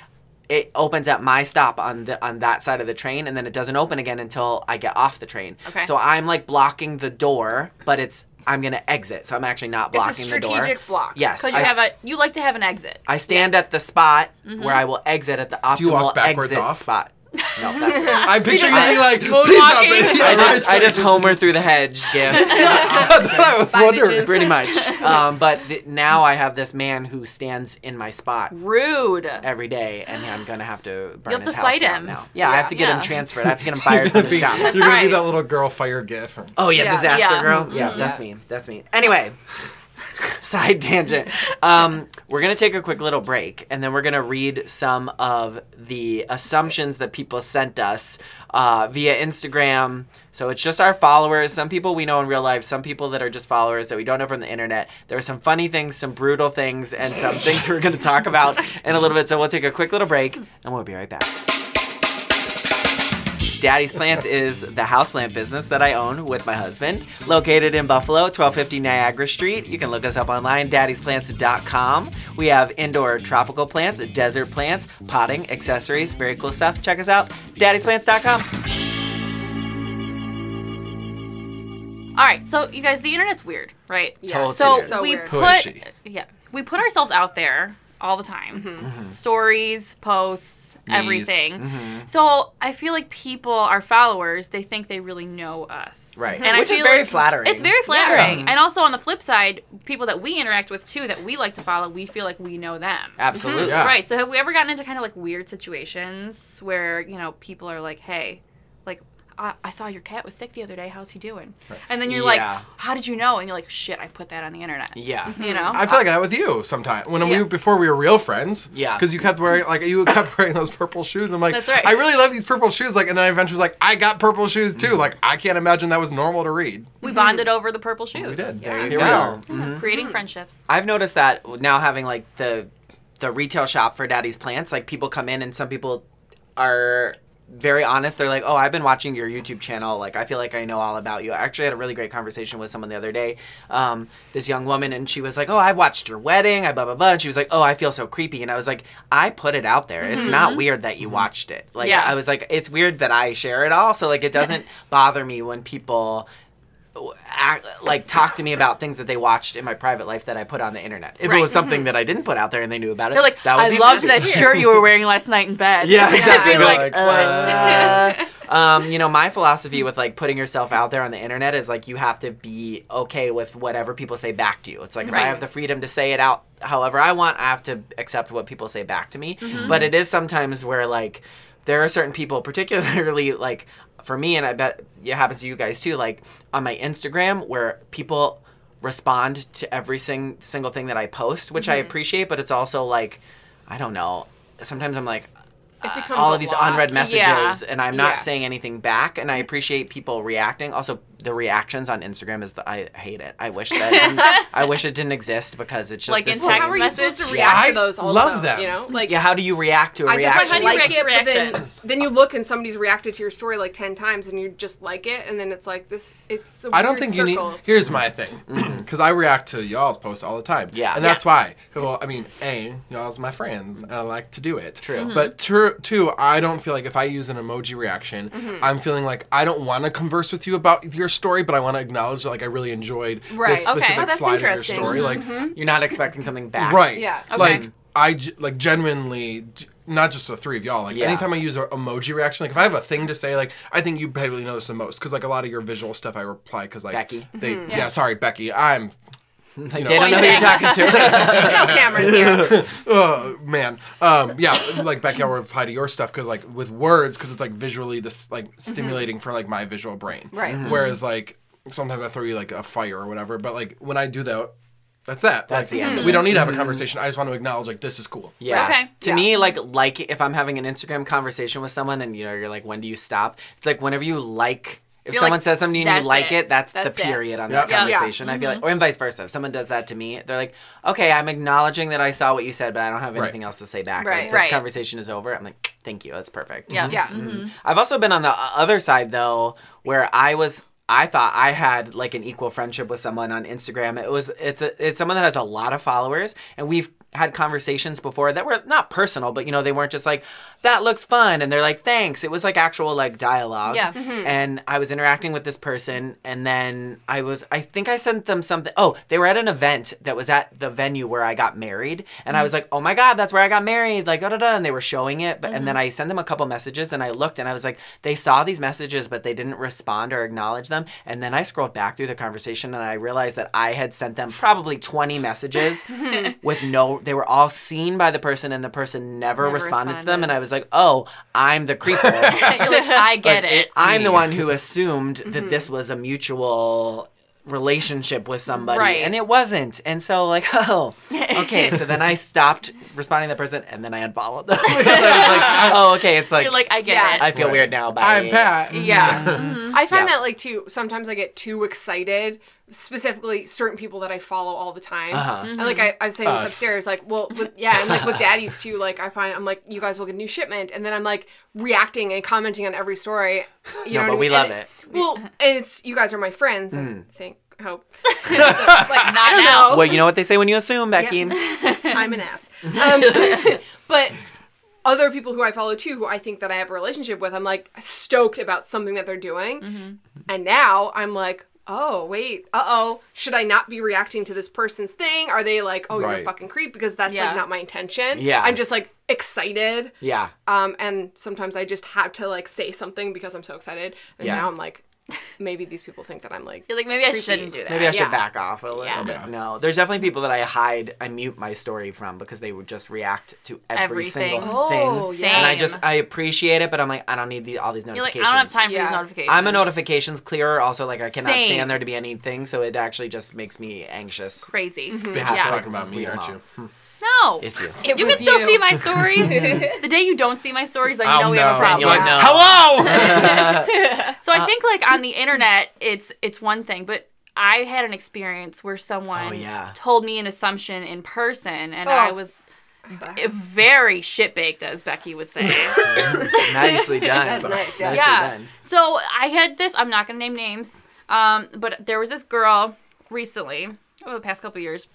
[SPEAKER 3] It opens at my stop on the on that side of the train, and then it doesn't open again until I get off the train.
[SPEAKER 2] Okay.
[SPEAKER 3] So I'm like blocking the door, but it's I'm gonna exit, so I'm actually not blocking
[SPEAKER 4] it's a
[SPEAKER 3] the door.
[SPEAKER 4] strategic block.
[SPEAKER 3] Yes,
[SPEAKER 2] because you
[SPEAKER 3] I-
[SPEAKER 2] have a you like to have an exit.
[SPEAKER 3] I stand at the spot
[SPEAKER 2] Mm-hmm.
[SPEAKER 3] where I will exit at the optimal
[SPEAKER 1] you walk backwards
[SPEAKER 3] exit
[SPEAKER 1] off?
[SPEAKER 3] spot. No, that's not.
[SPEAKER 1] I picture you being like, peace out,
[SPEAKER 2] moonwalking.
[SPEAKER 1] bitch." Yeah,
[SPEAKER 3] I just,
[SPEAKER 1] right.
[SPEAKER 3] I just homer through the hedge gif,
[SPEAKER 1] That's what I was
[SPEAKER 4] Bye,
[SPEAKER 1] wondering.
[SPEAKER 4] bitches.
[SPEAKER 3] pretty much. Um, but th- now I have this man who stands in my spot
[SPEAKER 2] Rude.
[SPEAKER 3] every day, and I'm gonna have to burn
[SPEAKER 2] have
[SPEAKER 3] his
[SPEAKER 2] to
[SPEAKER 3] house
[SPEAKER 2] fight
[SPEAKER 3] down
[SPEAKER 2] him.
[SPEAKER 3] now. Yeah, I have to get him
[SPEAKER 2] Yeah.
[SPEAKER 3] transferred. I have to get him fired from his
[SPEAKER 1] You're
[SPEAKER 3] job.
[SPEAKER 1] gonna be
[SPEAKER 2] right.
[SPEAKER 1] that little girl fire gif.
[SPEAKER 3] Oh yeah,
[SPEAKER 4] Yeah.
[SPEAKER 3] disaster
[SPEAKER 2] Yeah.
[SPEAKER 3] girl. Yeah, that's me. That's me. Anyway, side tangent. Um, we're gonna take a quick little break, and then we're gonna read some of the assumptions that people sent us uh, via Instagram. So it's just our followers. Some people we know in real life. Some people that are just followers that we don't know from the internet. There were some funny things, some brutal things, and some things we're gonna talk about in a little bit. So we'll take a quick little break, and we'll be right back. Daddy's Plants is the houseplant business that I own with my husband, located in Buffalo, 1250 Niagara Street. You can look us up online, daddy'splants.com. We have indoor tropical plants, desert plants, potting, accessories, very cool stuff. Check us out,
[SPEAKER 1] Mm-hmm.
[SPEAKER 3] daddy'splants.com.
[SPEAKER 2] All right, so you guys, the internet's weird, right?
[SPEAKER 4] Yeah.
[SPEAKER 2] So,
[SPEAKER 3] Totally
[SPEAKER 4] So
[SPEAKER 2] we
[SPEAKER 4] weird.
[SPEAKER 1] Who is
[SPEAKER 2] put
[SPEAKER 1] she?
[SPEAKER 2] yeah we put ourselves out there all the time,
[SPEAKER 3] Mm-hmm.
[SPEAKER 2] stories, posts, everything. So I feel like people, our followers, they think they really know us,
[SPEAKER 3] Right.
[SPEAKER 2] And I
[SPEAKER 3] Which is
[SPEAKER 2] feel
[SPEAKER 3] very
[SPEAKER 2] like-
[SPEAKER 3] flattering. Mm-hmm.
[SPEAKER 2] It's very flattering, and also on the flip side, people that we interact with too, that we like to follow, we feel like we know them.
[SPEAKER 3] Absolutely.
[SPEAKER 1] Yeah.
[SPEAKER 2] Right. So have we ever gotten into kind of like weird situations where you know people are like, "Hey, like I, I saw your cat was sick the other day. How's he doing?" And then you're
[SPEAKER 3] Yeah.
[SPEAKER 2] like, "How did you know?" And you're like, "Shit, I put that on the internet."
[SPEAKER 3] Yeah.
[SPEAKER 2] You know.
[SPEAKER 1] I feel like that with you sometimes. When
[SPEAKER 2] Yeah.
[SPEAKER 1] we before we were real friends,
[SPEAKER 3] Yeah.
[SPEAKER 1] because you kept wearing like you kept wearing those purple shoes. I'm like,
[SPEAKER 2] That's right.
[SPEAKER 1] I really love these purple shoes. Like, and then I eventually was like, I got purple shoes too. Like, I can't imagine that was normal to read.
[SPEAKER 2] we
[SPEAKER 3] Mm-hmm.
[SPEAKER 2] bonded over the purple shoes.
[SPEAKER 1] We did.
[SPEAKER 2] Yeah.
[SPEAKER 1] Here
[SPEAKER 3] you Mm-hmm.
[SPEAKER 1] we
[SPEAKER 3] go.
[SPEAKER 1] are.
[SPEAKER 2] Creating friendships.
[SPEAKER 3] I've noticed that now having like the the retail shop for Daddy's plants, like people come in and some people are very honest. They're like, "Oh, I've been watching your YouTube channel. Like, I feel like I know all about you." I actually had a really great conversation with someone the other day. Um, this young woman, and she was like, "Oh, I watched your wedding. I blah blah blah." And she was like, "Oh, I feel so creepy." And I was like, "I put it out there. It's not weird that you watched it. Like,
[SPEAKER 2] Yeah.
[SPEAKER 3] I was like, it's weird that I share it all. So like, it doesn't bother me when people." act, like talk to me about things that they watched in my private life that I put on the internet.
[SPEAKER 2] Right.
[SPEAKER 3] If
[SPEAKER 2] Mm-hmm.
[SPEAKER 3] it was something that I didn't put out there and they knew about it,
[SPEAKER 2] They're like,
[SPEAKER 3] that would
[SPEAKER 2] I
[SPEAKER 3] be
[SPEAKER 2] loved
[SPEAKER 3] weird."
[SPEAKER 2] that shirt you were wearing last night in bed.
[SPEAKER 3] Yeah, exactly.
[SPEAKER 4] I'm
[SPEAKER 3] They're
[SPEAKER 1] like,
[SPEAKER 3] like,
[SPEAKER 1] "What?"
[SPEAKER 3] uh, um, you know, my philosophy with like putting yourself out there on the internet is like you have to be okay with whatever people say back to you. It's like if
[SPEAKER 2] Right.
[SPEAKER 3] I have the freedom to say it out however I want, I have to accept what people say back to me. But it is sometimes where like there are certain people, particularly like for me, and I bet it happens to you guys too, like on my Instagram where people respond to every sing- single thing that I post, which I appreciate, but it's also like, I don't know. Sometimes I'm like,
[SPEAKER 4] It becomes
[SPEAKER 3] all
[SPEAKER 4] a
[SPEAKER 3] of these
[SPEAKER 4] lot.
[SPEAKER 3] unread messages
[SPEAKER 2] Yeah.
[SPEAKER 3] and I'm not
[SPEAKER 4] Yeah.
[SPEAKER 3] saying anything back and I appreciate people reacting. Also the reactions on Instagram is the I hate it. I wish that didn't- I wish it didn't exist because it's just
[SPEAKER 2] Like
[SPEAKER 3] this
[SPEAKER 2] in
[SPEAKER 4] Well,
[SPEAKER 3] thing-
[SPEAKER 4] how
[SPEAKER 2] text
[SPEAKER 4] are you supposed
[SPEAKER 2] message?
[SPEAKER 4] to react
[SPEAKER 1] Yeah,
[SPEAKER 4] to
[SPEAKER 1] I
[SPEAKER 4] those? Also,
[SPEAKER 1] love them.
[SPEAKER 4] You know, like
[SPEAKER 3] Yeah, how do you react to a
[SPEAKER 4] I just
[SPEAKER 3] reaction?
[SPEAKER 4] like,
[SPEAKER 2] How do you
[SPEAKER 4] like
[SPEAKER 2] react to
[SPEAKER 4] it, but then
[SPEAKER 2] reaction?
[SPEAKER 4] then you look and somebody's reacted to your story like ten times, and you just like it, and then it's like this. It's I
[SPEAKER 1] I don't think
[SPEAKER 4] circle.
[SPEAKER 1] you need. Here's my thing, because I react to y'all's posts all the time.
[SPEAKER 3] Yeah.
[SPEAKER 1] and that's
[SPEAKER 2] Yes.
[SPEAKER 1] why. Well, I mean, a y'all's my friends, and I like to do it.
[SPEAKER 3] True.
[SPEAKER 4] Mm-hmm.
[SPEAKER 3] Mhm.
[SPEAKER 1] but true. Two, I don't feel like if I use an emoji reaction,
[SPEAKER 4] Mm-hmm.
[SPEAKER 1] I'm feeling like I don't want to converse with you about your story, but I want to acknowledge that like I really enjoyed
[SPEAKER 4] Right.
[SPEAKER 1] this
[SPEAKER 2] Okay.
[SPEAKER 1] specific
[SPEAKER 2] Oh,
[SPEAKER 4] that's
[SPEAKER 1] slide of your
[SPEAKER 4] interesting. Mm-hmm.
[SPEAKER 1] story. Like,
[SPEAKER 3] You're not expecting something back.
[SPEAKER 1] right?
[SPEAKER 4] Yeah. Okay.
[SPEAKER 1] Like I ge- like genuinely. d- Not just the three of y'all. Like
[SPEAKER 3] Yeah.
[SPEAKER 1] anytime I use an emoji reaction, like if I have a thing to say, like I think you probably know this the most because like a lot of your visual stuff I reply because like
[SPEAKER 3] Becky.
[SPEAKER 1] they yeah. sorry Becky I'm
[SPEAKER 3] Like, they don't know who you're
[SPEAKER 2] Pointing.
[SPEAKER 3] talking to.
[SPEAKER 4] no cameras here.
[SPEAKER 1] oh man um yeah like becky i'll reply to your stuff because like with words because it's like visually this like stimulating for like my visual brain
[SPEAKER 4] Right.
[SPEAKER 3] Mm-hmm.
[SPEAKER 4] Mhm.
[SPEAKER 1] whereas like sometimes i throw you like a fire or whatever but like when i do that that's that
[SPEAKER 3] That's
[SPEAKER 1] like
[SPEAKER 3] the end of Mm-hmm.
[SPEAKER 1] we don't need to have a conversation i just want to acknowledge like this is cool
[SPEAKER 3] Yeah.
[SPEAKER 2] Okay.
[SPEAKER 3] To
[SPEAKER 4] Yeah.
[SPEAKER 3] me, like like if I'm having an Instagram conversation with someone and you know you're like, when do you stop? It's like whenever you like. If
[SPEAKER 2] You're like,
[SPEAKER 3] someone says something and
[SPEAKER 2] "That's
[SPEAKER 3] you like
[SPEAKER 2] it.
[SPEAKER 3] it, that's,
[SPEAKER 2] That's
[SPEAKER 3] the
[SPEAKER 2] it." Mm-hmm.
[SPEAKER 3] period on
[SPEAKER 1] Yeah.
[SPEAKER 3] that
[SPEAKER 1] Yeah.
[SPEAKER 4] Yeah.
[SPEAKER 3] conversation. I feel like, or and vice versa. If someone does that to me, they're like, "Okay, I'm acknowledging that I saw what you said, but I don't have
[SPEAKER 1] Right.
[SPEAKER 3] anything else to say back.
[SPEAKER 4] Right.
[SPEAKER 3] Like, this
[SPEAKER 2] Right.
[SPEAKER 3] conversation is over." I'm like, "Thank you, that's perfect."
[SPEAKER 2] Yeah.
[SPEAKER 4] Yeah.
[SPEAKER 3] I've also been on the other side though, where I was I thought I had like an equal friendship with someone on Instagram. It was it's a, it's someone that has a lot of followers, and we've had conversations before that were not personal, but you know they weren't just like that looks fun, and they're like thanks. It was like actual like dialogue.
[SPEAKER 2] Yeah.
[SPEAKER 3] And I was interacting with this person, and then I was I think I sent them something. Oh, they were at an event that was at the venue where I got married, and I was like, oh my god, that's where I got married, like da da da, and they were showing it, but and then I sent them a couple messages, and I looked, and I was like, they saw these messages, but they didn't respond or acknowledge them, and then I scrolled back through the conversation, and I realized that I had sent them probably twenty messages with no, they were all seen by the person, and the person never,
[SPEAKER 2] Never
[SPEAKER 3] responded, to them,
[SPEAKER 2] responded.
[SPEAKER 3] and I was like, oh, I'm the creeper.
[SPEAKER 2] You're like, I get
[SPEAKER 3] mm-hmm. Like,
[SPEAKER 2] it.
[SPEAKER 3] it- I'm the one who assumed
[SPEAKER 2] Mm-hmm.
[SPEAKER 3] that this was a mutual relationship with somebody,
[SPEAKER 2] Right.
[SPEAKER 3] and it wasn't. And so, like, oh, okay. so then I stopped responding to that person, and then I unfollowed them. I was like, oh, okay. It's like,
[SPEAKER 2] You're like, I get
[SPEAKER 4] Yeah.
[SPEAKER 2] it.
[SPEAKER 3] I feel
[SPEAKER 1] Right.
[SPEAKER 3] weird now. Bye.
[SPEAKER 1] i'm pat
[SPEAKER 2] yeah.
[SPEAKER 4] I find
[SPEAKER 3] Yeah.
[SPEAKER 4] that like too. Sometimes I get too excited, specifically certain people that I follow all the time. And like I, I'm saying this
[SPEAKER 1] Uh-huh. Us.
[SPEAKER 4] upstairs, like well, with, yeah, and like with daddies too. Like I find I'm like you guys will get a new shipment, and then I'm like reacting and commenting on every story. You
[SPEAKER 3] No,
[SPEAKER 4] know
[SPEAKER 3] but
[SPEAKER 4] what
[SPEAKER 3] we
[SPEAKER 4] I mean?
[SPEAKER 3] love
[SPEAKER 4] And
[SPEAKER 3] it.
[SPEAKER 4] Well, and it's you guys are my friends. I
[SPEAKER 3] Hmm.
[SPEAKER 4] think hope. So, like
[SPEAKER 2] Not
[SPEAKER 4] I don't
[SPEAKER 2] now.
[SPEAKER 4] know.
[SPEAKER 3] Well, you know what they say when you assume, Becky.
[SPEAKER 4] I'm an ass. Um, but other people who I follow too, who I think that I have a relationship with, I'm like stoked about something that they're doing. And now I'm like, oh, wait, uh oh, should I not be reacting to this person's thing? Are they like, oh, you're a
[SPEAKER 1] Right.
[SPEAKER 4] fucking creep? Because that's
[SPEAKER 2] Yeah.
[SPEAKER 4] like not my intention.
[SPEAKER 3] Yeah.
[SPEAKER 4] I'm just like excited.
[SPEAKER 3] Yeah.
[SPEAKER 4] Um, and sometimes I just have to like say something because I'm so excited. And
[SPEAKER 3] Yeah.
[SPEAKER 4] now I'm like, maybe these people think that I'm like,
[SPEAKER 2] You're like, maybe I shouldn't do that.
[SPEAKER 3] Maybe I should
[SPEAKER 4] Yeah.
[SPEAKER 3] back off a little
[SPEAKER 2] Yeah.
[SPEAKER 3] bit. No, there's definitely people that I hide, I mute my story from because they would just react to every
[SPEAKER 2] Everything.
[SPEAKER 3] single
[SPEAKER 4] Oh,
[SPEAKER 3] thing.
[SPEAKER 4] yeah.
[SPEAKER 3] And I
[SPEAKER 2] Same.
[SPEAKER 3] just, I appreciate it, but I'm like, I don't need the, all these
[SPEAKER 2] You're like, I
[SPEAKER 3] notifications.
[SPEAKER 2] don't have time for
[SPEAKER 4] Yeah.
[SPEAKER 2] these notifications.
[SPEAKER 3] I'm a notifications clearer. Also, like I cannot
[SPEAKER 2] Same.
[SPEAKER 3] stand there to be anything, so it actually just makes me anxious.
[SPEAKER 2] Crazy.
[SPEAKER 1] bitch
[SPEAKER 2] Yeah.
[SPEAKER 1] you're talking about me
[SPEAKER 3] Read 'em
[SPEAKER 1] aren't
[SPEAKER 3] all.
[SPEAKER 1] you
[SPEAKER 2] No.
[SPEAKER 3] It's you.
[SPEAKER 2] you can
[SPEAKER 4] was
[SPEAKER 2] still
[SPEAKER 4] you.
[SPEAKER 2] see my stories. the day you don't see my stories, then you
[SPEAKER 3] Oh,
[SPEAKER 1] I'll
[SPEAKER 2] know we have a
[SPEAKER 1] know.
[SPEAKER 2] problem.
[SPEAKER 3] You'll
[SPEAKER 1] Like,
[SPEAKER 3] know.
[SPEAKER 1] hello
[SPEAKER 2] So
[SPEAKER 3] "Uh,
[SPEAKER 2] I think like on the internet, it's it's one thing, but I had an experience where someone
[SPEAKER 3] Oh, yeah.
[SPEAKER 2] told me an assumption in person, and I
[SPEAKER 4] Oh.
[SPEAKER 2] was very shit baked, as Becky would say.
[SPEAKER 3] Nicely done.
[SPEAKER 4] That's nice, yeah.
[SPEAKER 3] Nicely
[SPEAKER 2] yeah.
[SPEAKER 3] done.
[SPEAKER 2] So I had this. I'm not gonna name names, um, but there was this girl recently over the past couple years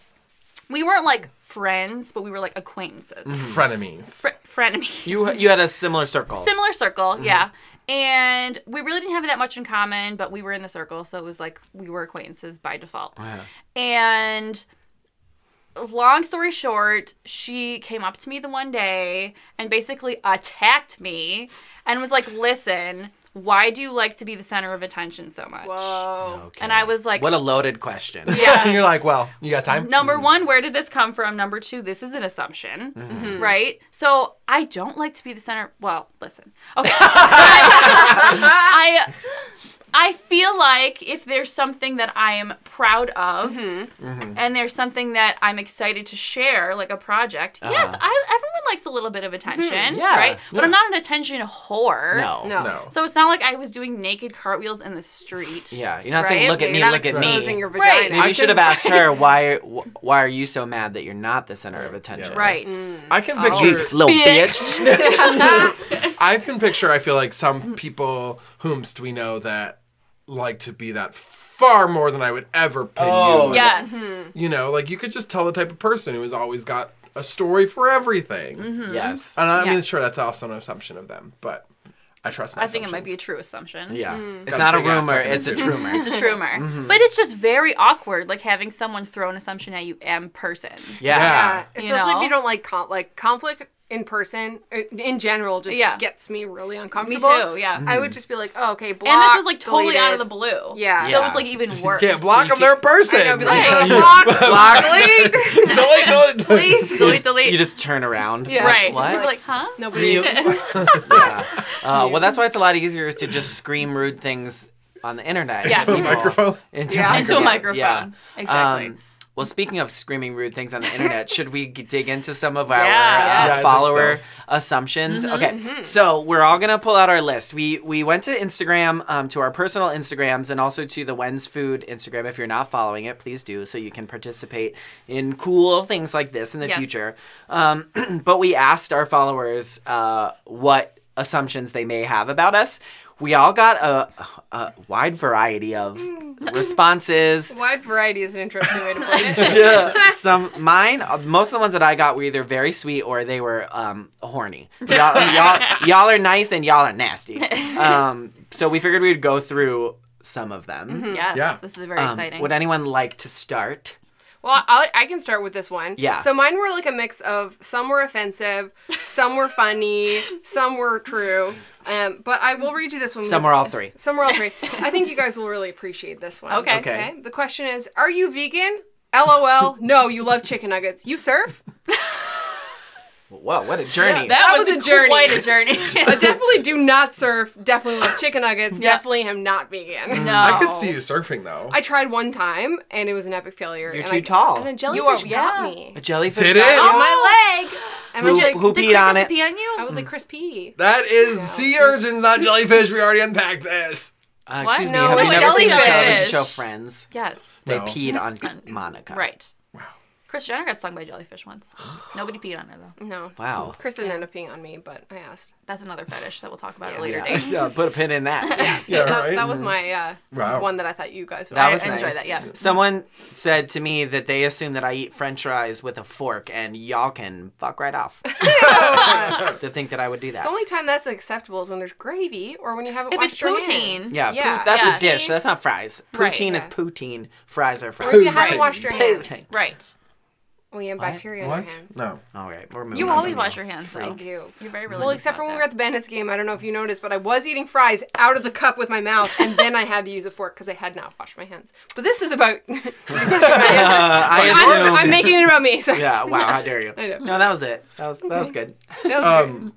[SPEAKER 2] we weren't like friends, but we were like acquaintances,
[SPEAKER 1] frenemies.
[SPEAKER 2] Fre- frenemies.
[SPEAKER 3] Mm-hmm. You you had a similar circle.
[SPEAKER 2] similar circle, yeah. And we really didn't have that much in common, but we were in the circle, so it was like we were acquaintances by default. And long story short, she came up to me the one day and basically attacked me and was like, "Listen, why do you like to be the center of attention so much?"
[SPEAKER 4] Whoa.
[SPEAKER 3] Okay.
[SPEAKER 2] And I was like,
[SPEAKER 3] what a loaded question.
[SPEAKER 2] "Yeah."
[SPEAKER 1] And you're like, well, you got time?
[SPEAKER 2] Number one, where did this come from? Number two, this is an assumption,
[SPEAKER 3] Mm-hmm.
[SPEAKER 2] right? So I don't like to be the center. Well, listen, okay, I, I feel like if there's something that I am proud of,
[SPEAKER 3] Mm-hmm.
[SPEAKER 2] and there's something that I'm excited to share, like a project, yes, I everyone likes a little bit of attention,
[SPEAKER 3] Uh-huh. Yeah,
[SPEAKER 2] right? But I'm
[SPEAKER 1] yeah.
[SPEAKER 2] not an attention whore.
[SPEAKER 3] No.
[SPEAKER 4] No.
[SPEAKER 1] No.
[SPEAKER 2] So it's not like I was doing naked cartwheels in the street.
[SPEAKER 3] Yeah, you're not saying
[SPEAKER 2] Right?
[SPEAKER 3] look at me,
[SPEAKER 4] You're not
[SPEAKER 3] look at
[SPEAKER 4] exposing
[SPEAKER 3] me.
[SPEAKER 4] your
[SPEAKER 2] Right.
[SPEAKER 4] vagina.
[SPEAKER 3] Maybe
[SPEAKER 1] I
[SPEAKER 3] you should have
[SPEAKER 1] can-
[SPEAKER 3] asked her why wh- why are you so mad that you're not the center of attention? Oh.
[SPEAKER 2] Right.
[SPEAKER 1] I can
[SPEAKER 2] um,
[SPEAKER 3] You
[SPEAKER 1] picture.
[SPEAKER 3] little
[SPEAKER 2] Bitch.
[SPEAKER 3] bitch.
[SPEAKER 1] I can picture. I feel like some people whomst we know that like to be that far more than I would ever pin you. Like,
[SPEAKER 2] Yes.
[SPEAKER 3] Mm-hmm.
[SPEAKER 1] You know, like you could just tell the type of person who has always got a story for everything.
[SPEAKER 3] yes.
[SPEAKER 1] And I
[SPEAKER 2] Mm-hmm. Yeah.
[SPEAKER 1] mean, sure, that's also an assumption of them, but I trust my
[SPEAKER 2] I think it might be a
[SPEAKER 1] assumptions.
[SPEAKER 2] true assumption.
[SPEAKER 3] Yeah. It's
[SPEAKER 1] Got
[SPEAKER 3] not a
[SPEAKER 1] big ass
[SPEAKER 3] rumor,
[SPEAKER 1] fucking
[SPEAKER 3] it's a
[SPEAKER 1] dude.
[SPEAKER 3] rumor.
[SPEAKER 2] It's a troomer. But it's just very awkward, like having someone throw an assumption at you in person.
[SPEAKER 3] Yeah.
[SPEAKER 1] Yeah.
[SPEAKER 4] especially
[SPEAKER 2] You know?
[SPEAKER 4] if you don't like con- like conflict in person uh, in general just
[SPEAKER 2] Yeah.
[SPEAKER 4] gets me really
[SPEAKER 2] Me
[SPEAKER 4] uncomfortable.
[SPEAKER 2] too, yeah.
[SPEAKER 4] I would just be like, oh, okay, blocked,
[SPEAKER 2] And this was like totally
[SPEAKER 4] deleted.
[SPEAKER 2] out of the blue.
[SPEAKER 4] Yeah.
[SPEAKER 2] So it
[SPEAKER 3] Yeah.
[SPEAKER 2] was like even worse.
[SPEAKER 1] Can't block them, they're a person.
[SPEAKER 4] I'd be like,
[SPEAKER 2] Right.
[SPEAKER 4] oh, blocked, blocked, delete.
[SPEAKER 1] Delete, delete, delete.
[SPEAKER 4] Please.
[SPEAKER 2] Delete, delete.
[SPEAKER 3] You just turn around.
[SPEAKER 4] Yeah.
[SPEAKER 2] right.
[SPEAKER 3] What?
[SPEAKER 2] Just like, huh?
[SPEAKER 4] Nobody.
[SPEAKER 3] yeah. Uh, well, that's why it's a lot easier to just scream rude things on the internet.
[SPEAKER 2] Yeah. Into a
[SPEAKER 1] The microphone.
[SPEAKER 3] Into,
[SPEAKER 4] Yeah.
[SPEAKER 2] Into a microphone.
[SPEAKER 3] Yeah.
[SPEAKER 2] Exactly.
[SPEAKER 3] Um, well, speaking of screaming rude things on the internet, should we g- dig into some of our
[SPEAKER 2] Yeah. Yeah, Mm-hmm,
[SPEAKER 1] I
[SPEAKER 3] uh,
[SPEAKER 1] think
[SPEAKER 3] follower
[SPEAKER 1] so.
[SPEAKER 3] assumptions? Okay, so we're all gonna pull out our list. We we went to Instagram, um, to our personal Instagrams, and also to the Wen's Food Instagram. If you're not following it, please do so you can participate in cool things like this in the
[SPEAKER 2] Yes.
[SPEAKER 3] future. Um, but we asked our followers uh, what assumptions they may have about us. We all got a, a wide variety of responses.
[SPEAKER 4] Wide variety is an interesting way to put it.
[SPEAKER 3] Yeah, some mine. uh, Most of the ones that I got were either very sweet or they were um, horny. Y'all, y'all, y'all are nice and y'all are nasty. Um, so we figured we'd go through some of them.
[SPEAKER 2] yes.
[SPEAKER 1] Yeah.
[SPEAKER 2] This is Mm-hmm. very
[SPEAKER 3] Um,
[SPEAKER 2] exciting.
[SPEAKER 3] would anyone like to start?
[SPEAKER 4] Well, I'll, I can start with this one.
[SPEAKER 3] Yeah.
[SPEAKER 4] So mine were like a mix of some were offensive, some were funny, some were true. Um, but I will read you this one.
[SPEAKER 3] Some
[SPEAKER 4] because-
[SPEAKER 3] or all three?
[SPEAKER 4] Some were all three. I think you guys will really appreciate this one.
[SPEAKER 2] Okay.
[SPEAKER 3] Okay.
[SPEAKER 4] The question is, are you vegan? LOL. No, you love chicken nuggets. You surf?
[SPEAKER 3] Whoa, what a
[SPEAKER 2] that,
[SPEAKER 3] journey!
[SPEAKER 4] that
[SPEAKER 2] was,
[SPEAKER 4] was a
[SPEAKER 2] a
[SPEAKER 4] journey.
[SPEAKER 2] quite a journey.
[SPEAKER 4] I definitely do not surf. Definitely love chicken nuggets.
[SPEAKER 2] Yeah.
[SPEAKER 4] Definitely am not vegan.
[SPEAKER 2] no.
[SPEAKER 1] I could see you surfing though.
[SPEAKER 4] I tried one time and it was an epic failure.
[SPEAKER 3] You're
[SPEAKER 4] and
[SPEAKER 3] too
[SPEAKER 4] I-
[SPEAKER 3] tall.
[SPEAKER 4] And then
[SPEAKER 2] You are-
[SPEAKER 4] jellyfish
[SPEAKER 2] yeah.
[SPEAKER 4] got me.
[SPEAKER 3] a jellyfish. Uh,
[SPEAKER 1] Did
[SPEAKER 3] got
[SPEAKER 1] it?
[SPEAKER 3] you?
[SPEAKER 1] Oh,
[SPEAKER 4] On my leg. And
[SPEAKER 3] Who,
[SPEAKER 4] was like,
[SPEAKER 3] who
[SPEAKER 2] Did
[SPEAKER 3] peed
[SPEAKER 2] Chris
[SPEAKER 3] on
[SPEAKER 2] have
[SPEAKER 3] it?
[SPEAKER 2] to pee on you?
[SPEAKER 4] I was like, Chris P.
[SPEAKER 1] that is sea urchins, not jellyfish. We already unpacked this.
[SPEAKER 3] Uh,
[SPEAKER 2] Oh, What?
[SPEAKER 3] excuse me.
[SPEAKER 4] No,
[SPEAKER 3] have you
[SPEAKER 4] it's
[SPEAKER 3] never seen the
[SPEAKER 2] jellyfish.
[SPEAKER 3] television show Friends?
[SPEAKER 2] yes.
[SPEAKER 3] They
[SPEAKER 1] No.
[SPEAKER 3] peed on Monica.
[SPEAKER 2] Right. Wow. Chris Jenner got stung by a jellyfish once. Nobody peed on her though.
[SPEAKER 4] No.
[SPEAKER 3] Wow.
[SPEAKER 4] Chris didn't end up peeing on me, but I asked.
[SPEAKER 2] That's another fetish that we'll talk about at a later
[SPEAKER 3] Yeah.
[SPEAKER 2] date.
[SPEAKER 3] so put a pin in that. Yeah.
[SPEAKER 1] Yeah,
[SPEAKER 4] That,
[SPEAKER 1] right.
[SPEAKER 4] that was my uh,
[SPEAKER 1] Wow.
[SPEAKER 4] one that I thought you guys would
[SPEAKER 3] That
[SPEAKER 4] I-
[SPEAKER 3] was
[SPEAKER 4] I
[SPEAKER 3] nice.
[SPEAKER 4] enjoyed
[SPEAKER 2] that, yeah.
[SPEAKER 3] Someone said to me that they assume that I eat French fries with a fork, and y'all can fuck right off. to think that I would do that.
[SPEAKER 4] The only time that's acceptable is when there's gravy or when you haven't
[SPEAKER 2] If
[SPEAKER 4] washed
[SPEAKER 2] it's
[SPEAKER 4] your
[SPEAKER 2] poutine.
[SPEAKER 4] hands.
[SPEAKER 3] yeah,
[SPEAKER 4] yeah.
[SPEAKER 3] poo- that's a
[SPEAKER 2] Yeah.
[SPEAKER 3] dish. That's not fries. Poutine
[SPEAKER 2] Right,
[SPEAKER 3] is
[SPEAKER 4] yeah.
[SPEAKER 3] poutine. Fries are
[SPEAKER 4] Or if
[SPEAKER 3] fries.
[SPEAKER 4] you haven't
[SPEAKER 2] Right.
[SPEAKER 4] washed your hands.
[SPEAKER 3] Poutine.
[SPEAKER 2] Right.
[SPEAKER 4] We have bacteria on
[SPEAKER 1] what?
[SPEAKER 4] your hands.
[SPEAKER 1] No.
[SPEAKER 3] All right, we're moving.
[SPEAKER 2] You
[SPEAKER 3] on
[SPEAKER 2] always
[SPEAKER 3] from
[SPEAKER 2] wash
[SPEAKER 3] here.
[SPEAKER 2] your hands
[SPEAKER 4] I
[SPEAKER 2] though.
[SPEAKER 4] do.
[SPEAKER 2] You're very religious.
[SPEAKER 4] Well, except for
[SPEAKER 2] about
[SPEAKER 4] when we were
[SPEAKER 2] that.
[SPEAKER 4] at the Bandits game. I don't know if you noticed, but I was eating fries out of the cup with my mouth, and then I had to use a fork because I had not washed my hands. But this is about.
[SPEAKER 3] Uh, I assume.
[SPEAKER 4] I'm, I'm making it about me. So
[SPEAKER 3] yeah. Wow. How dare you?
[SPEAKER 4] know.
[SPEAKER 3] No, that was it. That was that was good.
[SPEAKER 4] that was great.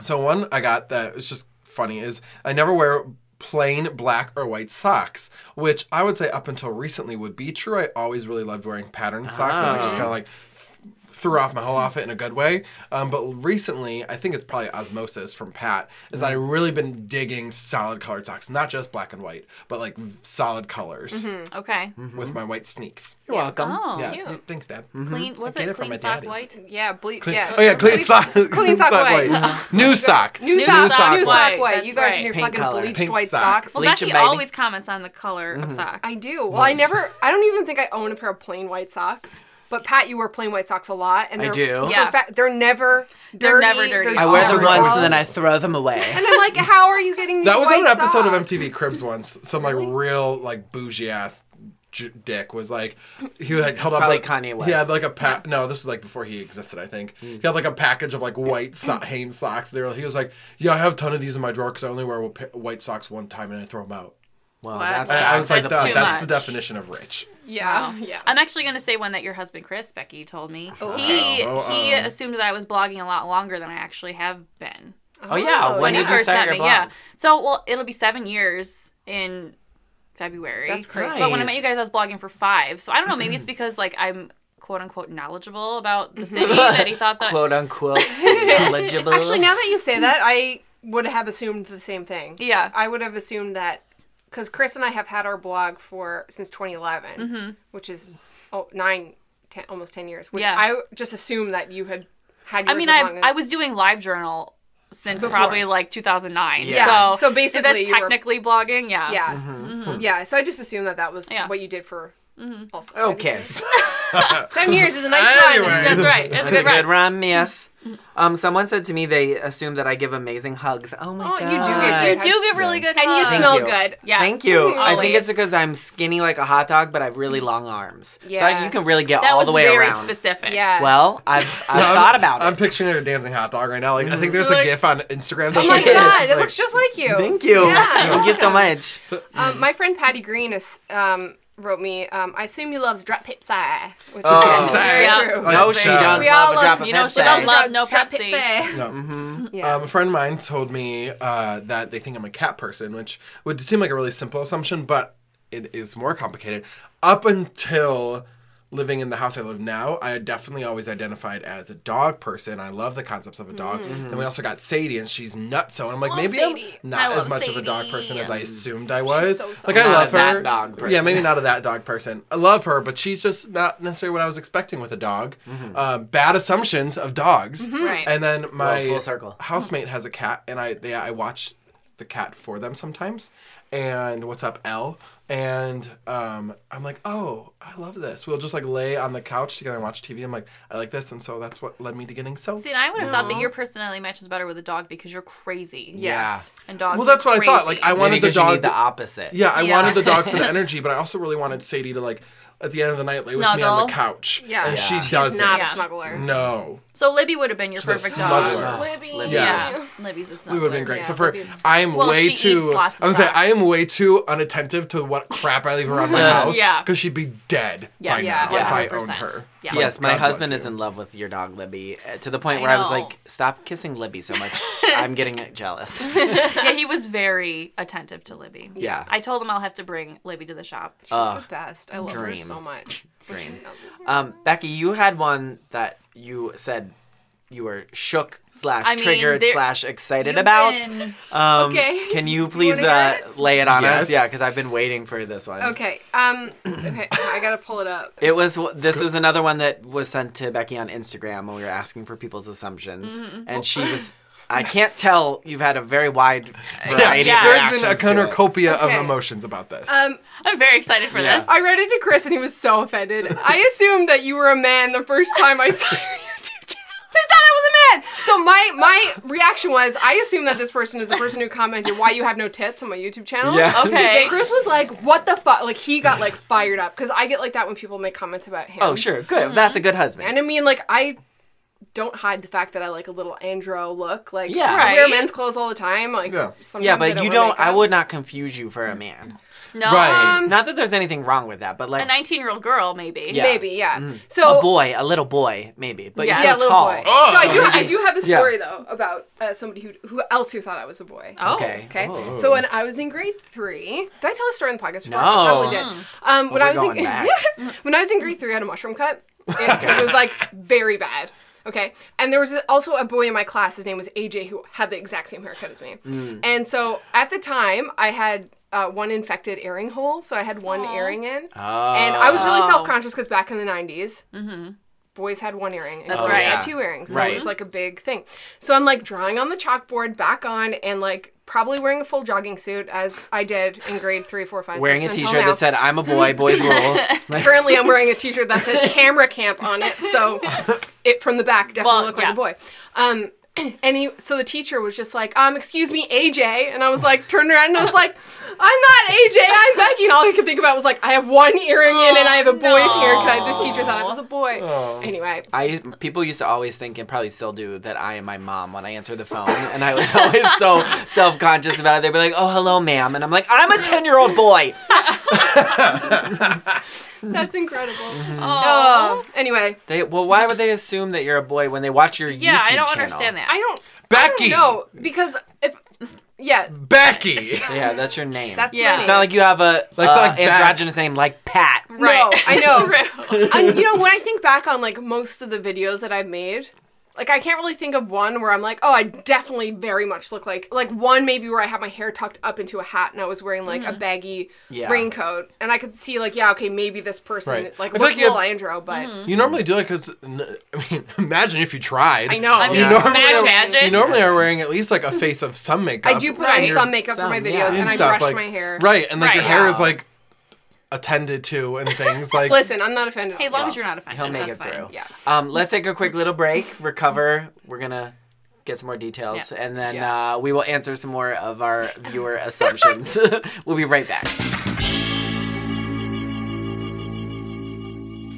[SPEAKER 1] So one I got that was just funny is I never wear plain black or white socks, which I would say up until recently would be true. I always really loved wearing patterned socks, and I just kind of like th- threw off my whole outfit in a good way. Um, but recently, I think it's probably osmosis from Pat is that I've really been digging solid colored socks, not just black and white, but like v- solid colors
[SPEAKER 4] Mm-hmm.
[SPEAKER 2] Okay.
[SPEAKER 4] Hmm.
[SPEAKER 1] with my white sneaks.
[SPEAKER 3] You're welcome.
[SPEAKER 2] Oh,
[SPEAKER 1] yeah,
[SPEAKER 2] cute.
[SPEAKER 1] y- thanks, Dad.
[SPEAKER 2] Clean. What's
[SPEAKER 1] I get
[SPEAKER 2] it?
[SPEAKER 1] it from
[SPEAKER 2] Clean
[SPEAKER 1] my
[SPEAKER 2] sock
[SPEAKER 1] daddy.
[SPEAKER 2] white.
[SPEAKER 4] Yeah, ble- yeah.
[SPEAKER 1] Oh yeah, clean sock,
[SPEAKER 4] clean sock white.
[SPEAKER 1] new sock,
[SPEAKER 4] New sock, new sock white.
[SPEAKER 2] white. That's
[SPEAKER 4] You guys
[SPEAKER 2] right.
[SPEAKER 4] and your
[SPEAKER 3] Pink
[SPEAKER 4] fucking
[SPEAKER 3] color.
[SPEAKER 4] bleached
[SPEAKER 1] Pink
[SPEAKER 4] white
[SPEAKER 1] sock.
[SPEAKER 4] socks.
[SPEAKER 2] Well,
[SPEAKER 3] Bleach 'em,
[SPEAKER 2] Becky
[SPEAKER 3] baby.
[SPEAKER 2] always
[SPEAKER 1] Mm-hmm.
[SPEAKER 2] comments on the color of socks.
[SPEAKER 4] I do. Well, I never. I don't even think I own a pair of plain white socks. But Pat, you wear plain white socks a lot, and
[SPEAKER 3] I
[SPEAKER 4] they're,
[SPEAKER 3] do.
[SPEAKER 2] Yeah.
[SPEAKER 4] perfect- they're never, dirty.
[SPEAKER 2] They're never dirty.
[SPEAKER 3] I wear them
[SPEAKER 1] Awesome.
[SPEAKER 3] once
[SPEAKER 1] Oh, Awesome.
[SPEAKER 3] and then I throw them away.
[SPEAKER 4] And I'm like, how are you getting these
[SPEAKER 1] That was
[SPEAKER 4] white
[SPEAKER 1] on an episode
[SPEAKER 4] socks?
[SPEAKER 1] of MTV Cribs once. Some like real like bougie ass j- dick was like he like held up
[SPEAKER 3] Probably
[SPEAKER 1] like,
[SPEAKER 3] Kanye West. Mm.
[SPEAKER 1] He had like a pa- no, this was like before he existed, I think. He had like a package of like white so- Hanes socks. They were, he was like, yeah, I have a ton of these in my drawer because I only wear wh- pa- white socks one time and I throw them out.
[SPEAKER 3] Well,
[SPEAKER 2] What?
[SPEAKER 3] that's
[SPEAKER 1] And I was like,
[SPEAKER 2] That's
[SPEAKER 1] "Duh,
[SPEAKER 2] too
[SPEAKER 1] that's the
[SPEAKER 2] much."
[SPEAKER 1] definition of rich.
[SPEAKER 4] Yeah, Oh, yeah.
[SPEAKER 2] I'm actually going to say one that your husband Chris Becky told me. He
[SPEAKER 1] Oh, oh,
[SPEAKER 2] he
[SPEAKER 1] oh.
[SPEAKER 2] assumed that I was blogging a lot longer than I actually have been.
[SPEAKER 3] Oh yeah,
[SPEAKER 4] Oh,
[SPEAKER 3] when
[SPEAKER 4] yeah.
[SPEAKER 3] did you start your blog?
[SPEAKER 2] yeah. So well, it'll be seven years in February.
[SPEAKER 4] That's crazy.
[SPEAKER 2] But when I met
[SPEAKER 3] Nice.
[SPEAKER 2] you guys, I was blogging for five. So I don't know. Maybe it's because like I'm quote unquote knowledgeable about the city that he thought that.
[SPEAKER 3] Quote unquote eligible.
[SPEAKER 4] Actually, now that you say that, I would have assumed the same thing.
[SPEAKER 2] Yeah.
[SPEAKER 4] I would have assumed that because Chris and I have had our blog for since 2011,
[SPEAKER 2] Mm-hmm.
[SPEAKER 4] which is oh, nine, ten, almost 10 years. Which
[SPEAKER 2] Yeah.
[SPEAKER 4] I just assumed that you had had. Yours
[SPEAKER 2] I mean,
[SPEAKER 4] as
[SPEAKER 2] I
[SPEAKER 4] long as,
[SPEAKER 2] I was doing live journal since probably like 2009.
[SPEAKER 4] Yeah.
[SPEAKER 2] So
[SPEAKER 4] So basically
[SPEAKER 2] that's
[SPEAKER 4] you were-
[SPEAKER 2] technically blogging. Yeah. Mm-hmm.
[SPEAKER 4] Yeah,
[SPEAKER 3] Mm-hmm.
[SPEAKER 4] yeah. So I just assumed that that was
[SPEAKER 2] Yeah. Mm-hmm.
[SPEAKER 4] what you did for. Also,
[SPEAKER 3] okay.
[SPEAKER 4] seven years is a nice time.
[SPEAKER 1] Anyway.
[SPEAKER 2] That's right. That's
[SPEAKER 3] That's a
[SPEAKER 2] good. Right.
[SPEAKER 3] good rhyme, yes. Um, someone said to me they assume that I give amazing hugs. Oh my
[SPEAKER 4] Oh,
[SPEAKER 3] god.
[SPEAKER 4] you do give
[SPEAKER 2] You
[SPEAKER 4] good
[SPEAKER 2] do give really good.
[SPEAKER 4] And you
[SPEAKER 2] hugs.
[SPEAKER 4] smell
[SPEAKER 3] you.
[SPEAKER 4] good.
[SPEAKER 2] Yes.
[SPEAKER 3] Thank you. I think
[SPEAKER 2] Always.
[SPEAKER 3] it's because I'm skinny like a hot dog, but I have really long arms. So
[SPEAKER 4] Yeah.
[SPEAKER 3] I, you can really get
[SPEAKER 2] That
[SPEAKER 3] all
[SPEAKER 2] was
[SPEAKER 3] the way
[SPEAKER 2] very
[SPEAKER 3] around.
[SPEAKER 2] specific.
[SPEAKER 4] Yeah.
[SPEAKER 3] Well, I've, I've
[SPEAKER 1] No, I'm-
[SPEAKER 3] thought about
[SPEAKER 1] I'm
[SPEAKER 3] it.
[SPEAKER 1] picturing a dancing hot dog right now. Like I think there's a
[SPEAKER 2] Like-
[SPEAKER 1] gif on Instagram. That's
[SPEAKER 4] Oh my
[SPEAKER 1] like,
[SPEAKER 4] god, it
[SPEAKER 1] like-
[SPEAKER 4] looks just like you.
[SPEAKER 3] Thank you.
[SPEAKER 4] Yeah,
[SPEAKER 3] Thank you so much.
[SPEAKER 2] Mm.
[SPEAKER 4] Um, my friend Patty Green is, um, wrote me. Um, I assume you loves drop pepsi, which
[SPEAKER 3] Oh.
[SPEAKER 4] is very
[SPEAKER 2] Yeah.
[SPEAKER 4] true.
[SPEAKER 1] Oh,
[SPEAKER 3] No,
[SPEAKER 1] it's
[SPEAKER 3] she
[SPEAKER 1] bad.
[SPEAKER 3] doesn't
[SPEAKER 4] We all
[SPEAKER 3] love a
[SPEAKER 4] love-
[SPEAKER 3] drop of
[SPEAKER 2] you know, she
[SPEAKER 3] Pepsi.
[SPEAKER 2] does love no
[SPEAKER 4] Drop
[SPEAKER 2] Pepsi.
[SPEAKER 4] Pepsi.
[SPEAKER 1] no.
[SPEAKER 3] Mm-hmm.
[SPEAKER 4] Yeah.
[SPEAKER 1] Um, a friend of mine told me uh, that they think I'm a cat person, which would seem like a really simple assumption, but it is more complicated. Up until living in the house I live now, I definitely always identified as a dog person. I love the concepts of a dog.
[SPEAKER 3] Mm-hmm.
[SPEAKER 1] And we also got Sadie, and she's nuts. and I'm like,
[SPEAKER 2] Love
[SPEAKER 1] maybe
[SPEAKER 2] Sadie.
[SPEAKER 1] I'm not
[SPEAKER 2] I
[SPEAKER 1] as
[SPEAKER 2] love
[SPEAKER 1] much of a dog
[SPEAKER 2] Sadie.
[SPEAKER 1] person as I assumed I was.
[SPEAKER 4] so soft.
[SPEAKER 1] like I
[SPEAKER 3] Not
[SPEAKER 1] love
[SPEAKER 3] a that
[SPEAKER 1] her.
[SPEAKER 3] dog
[SPEAKER 1] Yeah,
[SPEAKER 3] person.
[SPEAKER 1] maybe not a that dog person. I love her, but she's just not necessarily what I was expecting with a dog.
[SPEAKER 3] Mm-hmm.
[SPEAKER 1] Uh, bad assumptions of dogs.
[SPEAKER 2] Right.
[SPEAKER 1] And then my
[SPEAKER 3] full circle.
[SPEAKER 1] housemate has a cat, and I they I watch the cat for them sometimes. And what's up, L? And um, I'm like, oh, I love this. We'll just like lay on the couch together and watch TV. I'm like, I like this, and so that's what led me to getting so.
[SPEAKER 2] See, and I would have thought that your personality matches better with a dog because you're crazy.
[SPEAKER 3] Yes.
[SPEAKER 2] And dogs.
[SPEAKER 1] Well, that's
[SPEAKER 2] are
[SPEAKER 1] what I thought.
[SPEAKER 2] crazy.
[SPEAKER 1] Like, I wanted
[SPEAKER 3] Maybe
[SPEAKER 1] the
[SPEAKER 3] 'cause you
[SPEAKER 1] dog.
[SPEAKER 3] need the opposite.
[SPEAKER 1] yeah, I
[SPEAKER 2] Yeah.
[SPEAKER 1] wanted the dog for the energy, but I also really wanted Sadie to like at the end of the night lay with me on
[SPEAKER 2] Snuggle.
[SPEAKER 1] the couch.
[SPEAKER 4] Yeah.
[SPEAKER 1] and she
[SPEAKER 3] Yeah. She's
[SPEAKER 1] doesn't.
[SPEAKER 4] She's not
[SPEAKER 2] Yeah.
[SPEAKER 4] a smuggler.
[SPEAKER 1] No,
[SPEAKER 2] So Libby would have been your
[SPEAKER 1] She's a
[SPEAKER 2] perfect
[SPEAKER 1] smuggler.
[SPEAKER 2] dog.
[SPEAKER 3] Oh,
[SPEAKER 4] Libby.
[SPEAKER 3] Libby.
[SPEAKER 1] Yes.
[SPEAKER 2] Yeah. Libby's a smuggler.
[SPEAKER 1] It would have been great.
[SPEAKER 4] Yeah,
[SPEAKER 1] so for
[SPEAKER 4] Libby's-
[SPEAKER 1] I'm
[SPEAKER 2] Well,
[SPEAKER 1] way
[SPEAKER 2] she eats
[SPEAKER 1] too. I
[SPEAKER 2] lots
[SPEAKER 1] was
[SPEAKER 2] of
[SPEAKER 1] gonna say I am
[SPEAKER 2] socks.
[SPEAKER 1] way too unattentive to what crap I leave around my house.
[SPEAKER 2] Yeah.
[SPEAKER 1] Because she'd be dead
[SPEAKER 2] Yes,
[SPEAKER 1] by
[SPEAKER 4] yeah,
[SPEAKER 1] now if I
[SPEAKER 2] 100%.
[SPEAKER 1] owned her.
[SPEAKER 2] Yeah.
[SPEAKER 1] Like,
[SPEAKER 3] Yes, my
[SPEAKER 1] God bless
[SPEAKER 3] husband
[SPEAKER 1] you.
[SPEAKER 3] is in love with your dog Libby uh, to the point
[SPEAKER 2] I
[SPEAKER 3] where I, was
[SPEAKER 2] know.
[SPEAKER 3] like, "Stop kissing Libby so much. I'm getting jealous."
[SPEAKER 2] Yeah, he was very attentive to Libby.
[SPEAKER 3] Yeah.
[SPEAKER 2] I told him I'll have to bring Libby to the shop.
[SPEAKER 4] She's
[SPEAKER 3] Uh,
[SPEAKER 4] the best. I love her
[SPEAKER 3] dream.
[SPEAKER 4] so much.
[SPEAKER 3] Dream. Um, Becky, you had one that you said you were shook slash
[SPEAKER 2] I mean,
[SPEAKER 3] triggered
[SPEAKER 2] there-
[SPEAKER 3] slash excited
[SPEAKER 2] You
[SPEAKER 3] about.
[SPEAKER 2] win.
[SPEAKER 3] Um,
[SPEAKER 4] Okay.
[SPEAKER 3] Can you please
[SPEAKER 4] wanna
[SPEAKER 3] uh, lay it on
[SPEAKER 1] Yes.
[SPEAKER 3] us? Yeah, because I've been waiting for this one.
[SPEAKER 4] Okay. Um. Okay. I gotta pull it up.
[SPEAKER 3] It was. w- This is another one that was sent to Becky on Instagram when we were asking for people's assumptions, and she was. I can't tell. You've had a very wide variety.
[SPEAKER 2] Yeah.
[SPEAKER 1] There's
[SPEAKER 3] of
[SPEAKER 1] been a
[SPEAKER 3] reactions to it.
[SPEAKER 1] cornucopia
[SPEAKER 4] Okay.
[SPEAKER 1] of emotions about this.
[SPEAKER 4] Um.
[SPEAKER 2] I'm very excited for
[SPEAKER 3] Yeah.
[SPEAKER 2] this.
[SPEAKER 4] I read it to Chris and he was so offended. I assumed that you were a man the first time I saw your YouTube channel. I thought I was a man. So my my reaction was, I assume that this person is the person who commented why you have no tits on my YouTube channel.
[SPEAKER 3] Yeah.
[SPEAKER 2] Okay.
[SPEAKER 4] Chris was like, "What the fuck?" Like he got like fired up because I get like that when people make comments about him.
[SPEAKER 3] Oh, sure. Good. That's a good husband.
[SPEAKER 4] And I mean, like I don't hide the fact that I like a little andro look. Like
[SPEAKER 3] Yeah.
[SPEAKER 4] I wear
[SPEAKER 2] Right.
[SPEAKER 4] men's clothes all the time. Like
[SPEAKER 1] Yeah.
[SPEAKER 4] sometimes
[SPEAKER 3] yeah,
[SPEAKER 4] I
[SPEAKER 3] but
[SPEAKER 4] don't
[SPEAKER 3] you
[SPEAKER 4] wear
[SPEAKER 3] don't. I
[SPEAKER 4] makeup.
[SPEAKER 3] would not confuse you for a man.
[SPEAKER 2] No.
[SPEAKER 1] Right.
[SPEAKER 3] Not that there's anything wrong with that, but
[SPEAKER 2] A
[SPEAKER 3] like
[SPEAKER 2] 19 year old girl, maybe.
[SPEAKER 3] Yeah. Mm.
[SPEAKER 4] maybe yeah. So
[SPEAKER 3] a boy, a little boy, maybe. But
[SPEAKER 2] Yeah.
[SPEAKER 3] yeah,
[SPEAKER 2] Yeah,
[SPEAKER 3] you're
[SPEAKER 4] yeah,
[SPEAKER 3] still
[SPEAKER 4] little
[SPEAKER 3] tall.
[SPEAKER 4] boy. so I do I do have a
[SPEAKER 3] Yeah.
[SPEAKER 4] story though about uh, somebody who who else who thought I was a boy.
[SPEAKER 2] Oh.
[SPEAKER 3] Okay.
[SPEAKER 4] Okay.
[SPEAKER 3] Oh.
[SPEAKER 4] So when I was in grade three, did I tell a story on the podcast before?
[SPEAKER 3] No.
[SPEAKER 4] I probably did. Um, when
[SPEAKER 3] Well,
[SPEAKER 4] I
[SPEAKER 3] we're
[SPEAKER 4] was
[SPEAKER 3] going back.
[SPEAKER 4] in, when I was in grade three, I had a mushroom cut. It, it was like very bad. Okay. And there was also a boy in my class. His name was AJ, who had the exact same haircut as me.
[SPEAKER 3] Mm.
[SPEAKER 4] And so at the time, I had. Uh, one infected earring hole, so I had one earring in, and I was really
[SPEAKER 2] Oh. Mm-hmm.
[SPEAKER 4] self conscious because back in the 90s boys had one earring and
[SPEAKER 2] That's
[SPEAKER 4] girls
[SPEAKER 2] right.
[SPEAKER 4] had two earrings. So
[SPEAKER 3] Right.
[SPEAKER 4] it was like a big thing. So I'm like drawing on the chalkboard back on and like probably wearing a full jogging suit as I did in grade three, four, five,
[SPEAKER 3] Wearing a
[SPEAKER 4] six,
[SPEAKER 3] t
[SPEAKER 4] until
[SPEAKER 3] shirt
[SPEAKER 4] now.
[SPEAKER 3] that said, I'm a boy, boys rule. Like,
[SPEAKER 4] Currently, I'm wearing a T-shirt that says "Camera Camp" on it, so it from the back definitely
[SPEAKER 2] Well,
[SPEAKER 4] looked
[SPEAKER 2] yeah.
[SPEAKER 4] like a boy. Um, and he, so the teacher was just like, "Um, excuse me, AJ," and I was like, turned around and I was like, "I'm not AJ, I'm Becky." And all I could think about was like, "I have one earring in, and I have a boy's haircut." This teacher thought I was a boy. Anyway,
[SPEAKER 3] I people used to always think and probably still do that I am my mom when I answer the phone, and I was always so self conscious about it. They'd be like, "Oh, hello, ma'am," and I'm like, "I'm a ten year old boy."
[SPEAKER 4] that's
[SPEAKER 3] Mm-hmm.
[SPEAKER 4] incredible.
[SPEAKER 2] Oh.
[SPEAKER 4] Oh, anyway,
[SPEAKER 3] They well, why would they assume that you're a boy when they watch your
[SPEAKER 2] Yeah,
[SPEAKER 3] YouTube
[SPEAKER 2] I don't
[SPEAKER 3] channel?
[SPEAKER 2] understand that.
[SPEAKER 4] I don't.
[SPEAKER 1] Becky.
[SPEAKER 4] No, because if yeah,
[SPEAKER 1] Becky.
[SPEAKER 3] Yeah, that's your name.
[SPEAKER 4] that's
[SPEAKER 2] Yeah.
[SPEAKER 4] my
[SPEAKER 3] it's
[SPEAKER 4] name.
[SPEAKER 3] not like you have a
[SPEAKER 1] Like-
[SPEAKER 3] uh,
[SPEAKER 1] like that.
[SPEAKER 3] androgynous name like Pat.
[SPEAKER 2] right.
[SPEAKER 4] No, I know.
[SPEAKER 2] It's real.
[SPEAKER 4] and you know when I think back on like most of the videos that I've made, like I can't really think of one where I'm like, oh, I definitely very much look like like one maybe where I had my hair tucked up into a hat and I was wearing like a
[SPEAKER 2] Mm.
[SPEAKER 4] baggy
[SPEAKER 3] Yeah.
[SPEAKER 4] raincoat, and I could see like yeah, okay, maybe this person
[SPEAKER 1] Right.
[SPEAKER 4] like
[SPEAKER 1] I feel
[SPEAKER 4] looks
[SPEAKER 1] like you
[SPEAKER 4] like Andro, but
[SPEAKER 2] Mm-hmm.
[SPEAKER 1] You normally do it because, I mean, imagine if you tried.
[SPEAKER 4] I know. I
[SPEAKER 2] mean,
[SPEAKER 1] you normally,
[SPEAKER 2] imagine.
[SPEAKER 1] are,
[SPEAKER 2] Imagine.
[SPEAKER 1] you normally are wearing at least like a face of some makeup.
[SPEAKER 4] I do put
[SPEAKER 2] Right.
[SPEAKER 4] on some makeup for my
[SPEAKER 3] Some,
[SPEAKER 4] videos
[SPEAKER 3] yeah.
[SPEAKER 4] and, I
[SPEAKER 1] stuff,
[SPEAKER 4] brush
[SPEAKER 1] like-
[SPEAKER 4] my hair.
[SPEAKER 1] Right, and like your
[SPEAKER 2] Right.
[SPEAKER 1] hair is
[SPEAKER 3] Wow.
[SPEAKER 1] like attended to and things like.
[SPEAKER 4] Listen, I'm not offended.
[SPEAKER 2] as long as you're not offended,
[SPEAKER 3] He'll make
[SPEAKER 2] that's
[SPEAKER 3] it through.
[SPEAKER 2] fine.
[SPEAKER 4] Yeah.
[SPEAKER 3] Um, let's take a quick little break, recover. We're gonna get some more details,
[SPEAKER 2] Yeah.
[SPEAKER 3] and then
[SPEAKER 4] Yeah.
[SPEAKER 3] uh, we will answer some more of our viewer assumptions. we'll be right back.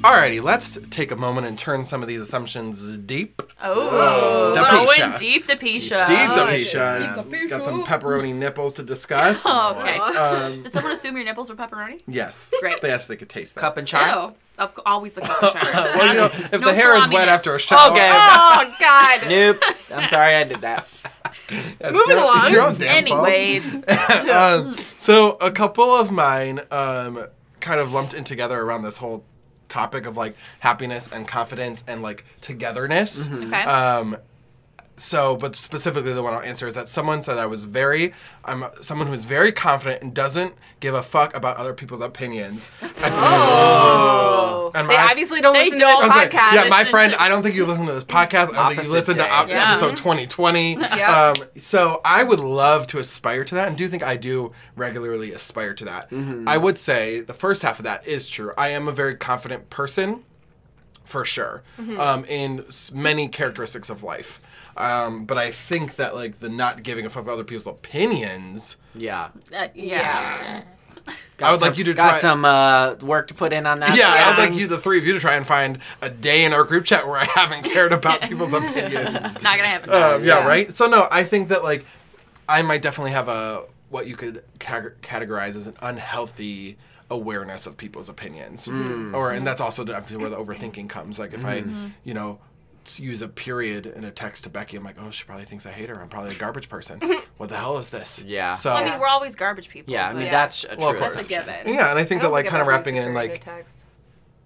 [SPEAKER 1] Alrighty, let's take a moment and turn some of these assumptions deep.
[SPEAKER 2] Oh,
[SPEAKER 1] Whoa.
[SPEAKER 2] going
[SPEAKER 1] Depeche.
[SPEAKER 2] deep to Pisha.
[SPEAKER 1] deep,
[SPEAKER 4] Oh,
[SPEAKER 1] Depeche.
[SPEAKER 4] shit. Deep,
[SPEAKER 1] Got
[SPEAKER 4] Depeche.
[SPEAKER 1] some pepperoni nipples to discuss.
[SPEAKER 2] Oh, okay.
[SPEAKER 1] Um,
[SPEAKER 2] Did someone assume your nipples were pepperoni?
[SPEAKER 1] yes.
[SPEAKER 2] Great.
[SPEAKER 1] They asked if they could taste that.
[SPEAKER 3] Cup and char.
[SPEAKER 2] No, of c- always the cup and char.
[SPEAKER 1] Well, you know, if
[SPEAKER 2] No
[SPEAKER 1] the hair is
[SPEAKER 2] salami
[SPEAKER 1] wet
[SPEAKER 2] dips.
[SPEAKER 1] after a shower.
[SPEAKER 3] Okay.
[SPEAKER 4] Oh God.
[SPEAKER 3] Nope. I'm sorry I did that.
[SPEAKER 1] that's
[SPEAKER 4] Moving
[SPEAKER 1] your-
[SPEAKER 4] along.
[SPEAKER 1] your own damn fault.
[SPEAKER 2] Anyways,
[SPEAKER 1] um, so a couple of mine um, kind of lumped in together around this whole topic of like happiness and confidence and like togetherness.
[SPEAKER 3] Hmm.
[SPEAKER 2] okay.
[SPEAKER 3] Uh,
[SPEAKER 2] Uh,
[SPEAKER 1] Um, so, but specifically the one I'll answer is that someone said I was very, I'm someone who's very confident and doesn't give a fuck about other people's opinions.
[SPEAKER 4] Oh.
[SPEAKER 1] And
[SPEAKER 4] They
[SPEAKER 1] my-
[SPEAKER 4] obviously don't
[SPEAKER 2] They
[SPEAKER 4] listen
[SPEAKER 2] don't.
[SPEAKER 4] to
[SPEAKER 1] I
[SPEAKER 4] this
[SPEAKER 1] was like,
[SPEAKER 4] podcast.
[SPEAKER 1] yeah, my friend, I don't think you listen to this podcast. I don't think you
[SPEAKER 3] Opposite
[SPEAKER 1] listen to
[SPEAKER 3] day.
[SPEAKER 1] op-
[SPEAKER 2] Yeah.
[SPEAKER 1] episode 2020.
[SPEAKER 4] Yeah.
[SPEAKER 1] Um, so I would love to aspire to that and do think I do regularly aspire to that.
[SPEAKER 3] Mm-hmm.
[SPEAKER 1] I would say the first half of that is true. I am a very confident person for sure um, in s- many characteristics of life. Um, but I think that like the not giving a fuck about other people's opinions.
[SPEAKER 3] Yeah.
[SPEAKER 2] Uh, yeah.
[SPEAKER 4] yeah.
[SPEAKER 3] Got
[SPEAKER 1] I would
[SPEAKER 3] some-
[SPEAKER 1] like you to
[SPEAKER 3] got
[SPEAKER 1] try-
[SPEAKER 3] some uh, work to put in on that.
[SPEAKER 1] Yeah, I would
[SPEAKER 3] Um,
[SPEAKER 1] like you, the three of you, to try and find a day in our group chat where I haven't cared about people's opinions.
[SPEAKER 2] Not gonna happen.
[SPEAKER 3] Uh,
[SPEAKER 1] Um, yeah,
[SPEAKER 4] Yeah.
[SPEAKER 1] right. So no, I think that like I might definitely have a what you could cate- categorize as an unhealthy awareness of people's opinions, or and that's also definitely where the overthinking comes. Like if I, you know. s- Use a period in a text to Becky. I'm like, oh, she probably thinks I hate her. I'm probably a garbage person. what the hell is this?
[SPEAKER 3] Yeah.
[SPEAKER 1] So
[SPEAKER 2] I mean, we're always garbage people.
[SPEAKER 3] Yeah, I mean
[SPEAKER 2] but-
[SPEAKER 3] that's
[SPEAKER 1] Well,
[SPEAKER 3] a
[SPEAKER 1] of
[SPEAKER 3] true.
[SPEAKER 1] course.
[SPEAKER 2] Oh, that's a
[SPEAKER 3] assumption.
[SPEAKER 2] given.
[SPEAKER 1] yeah, and I think that like kind of wrapping in like
[SPEAKER 4] text.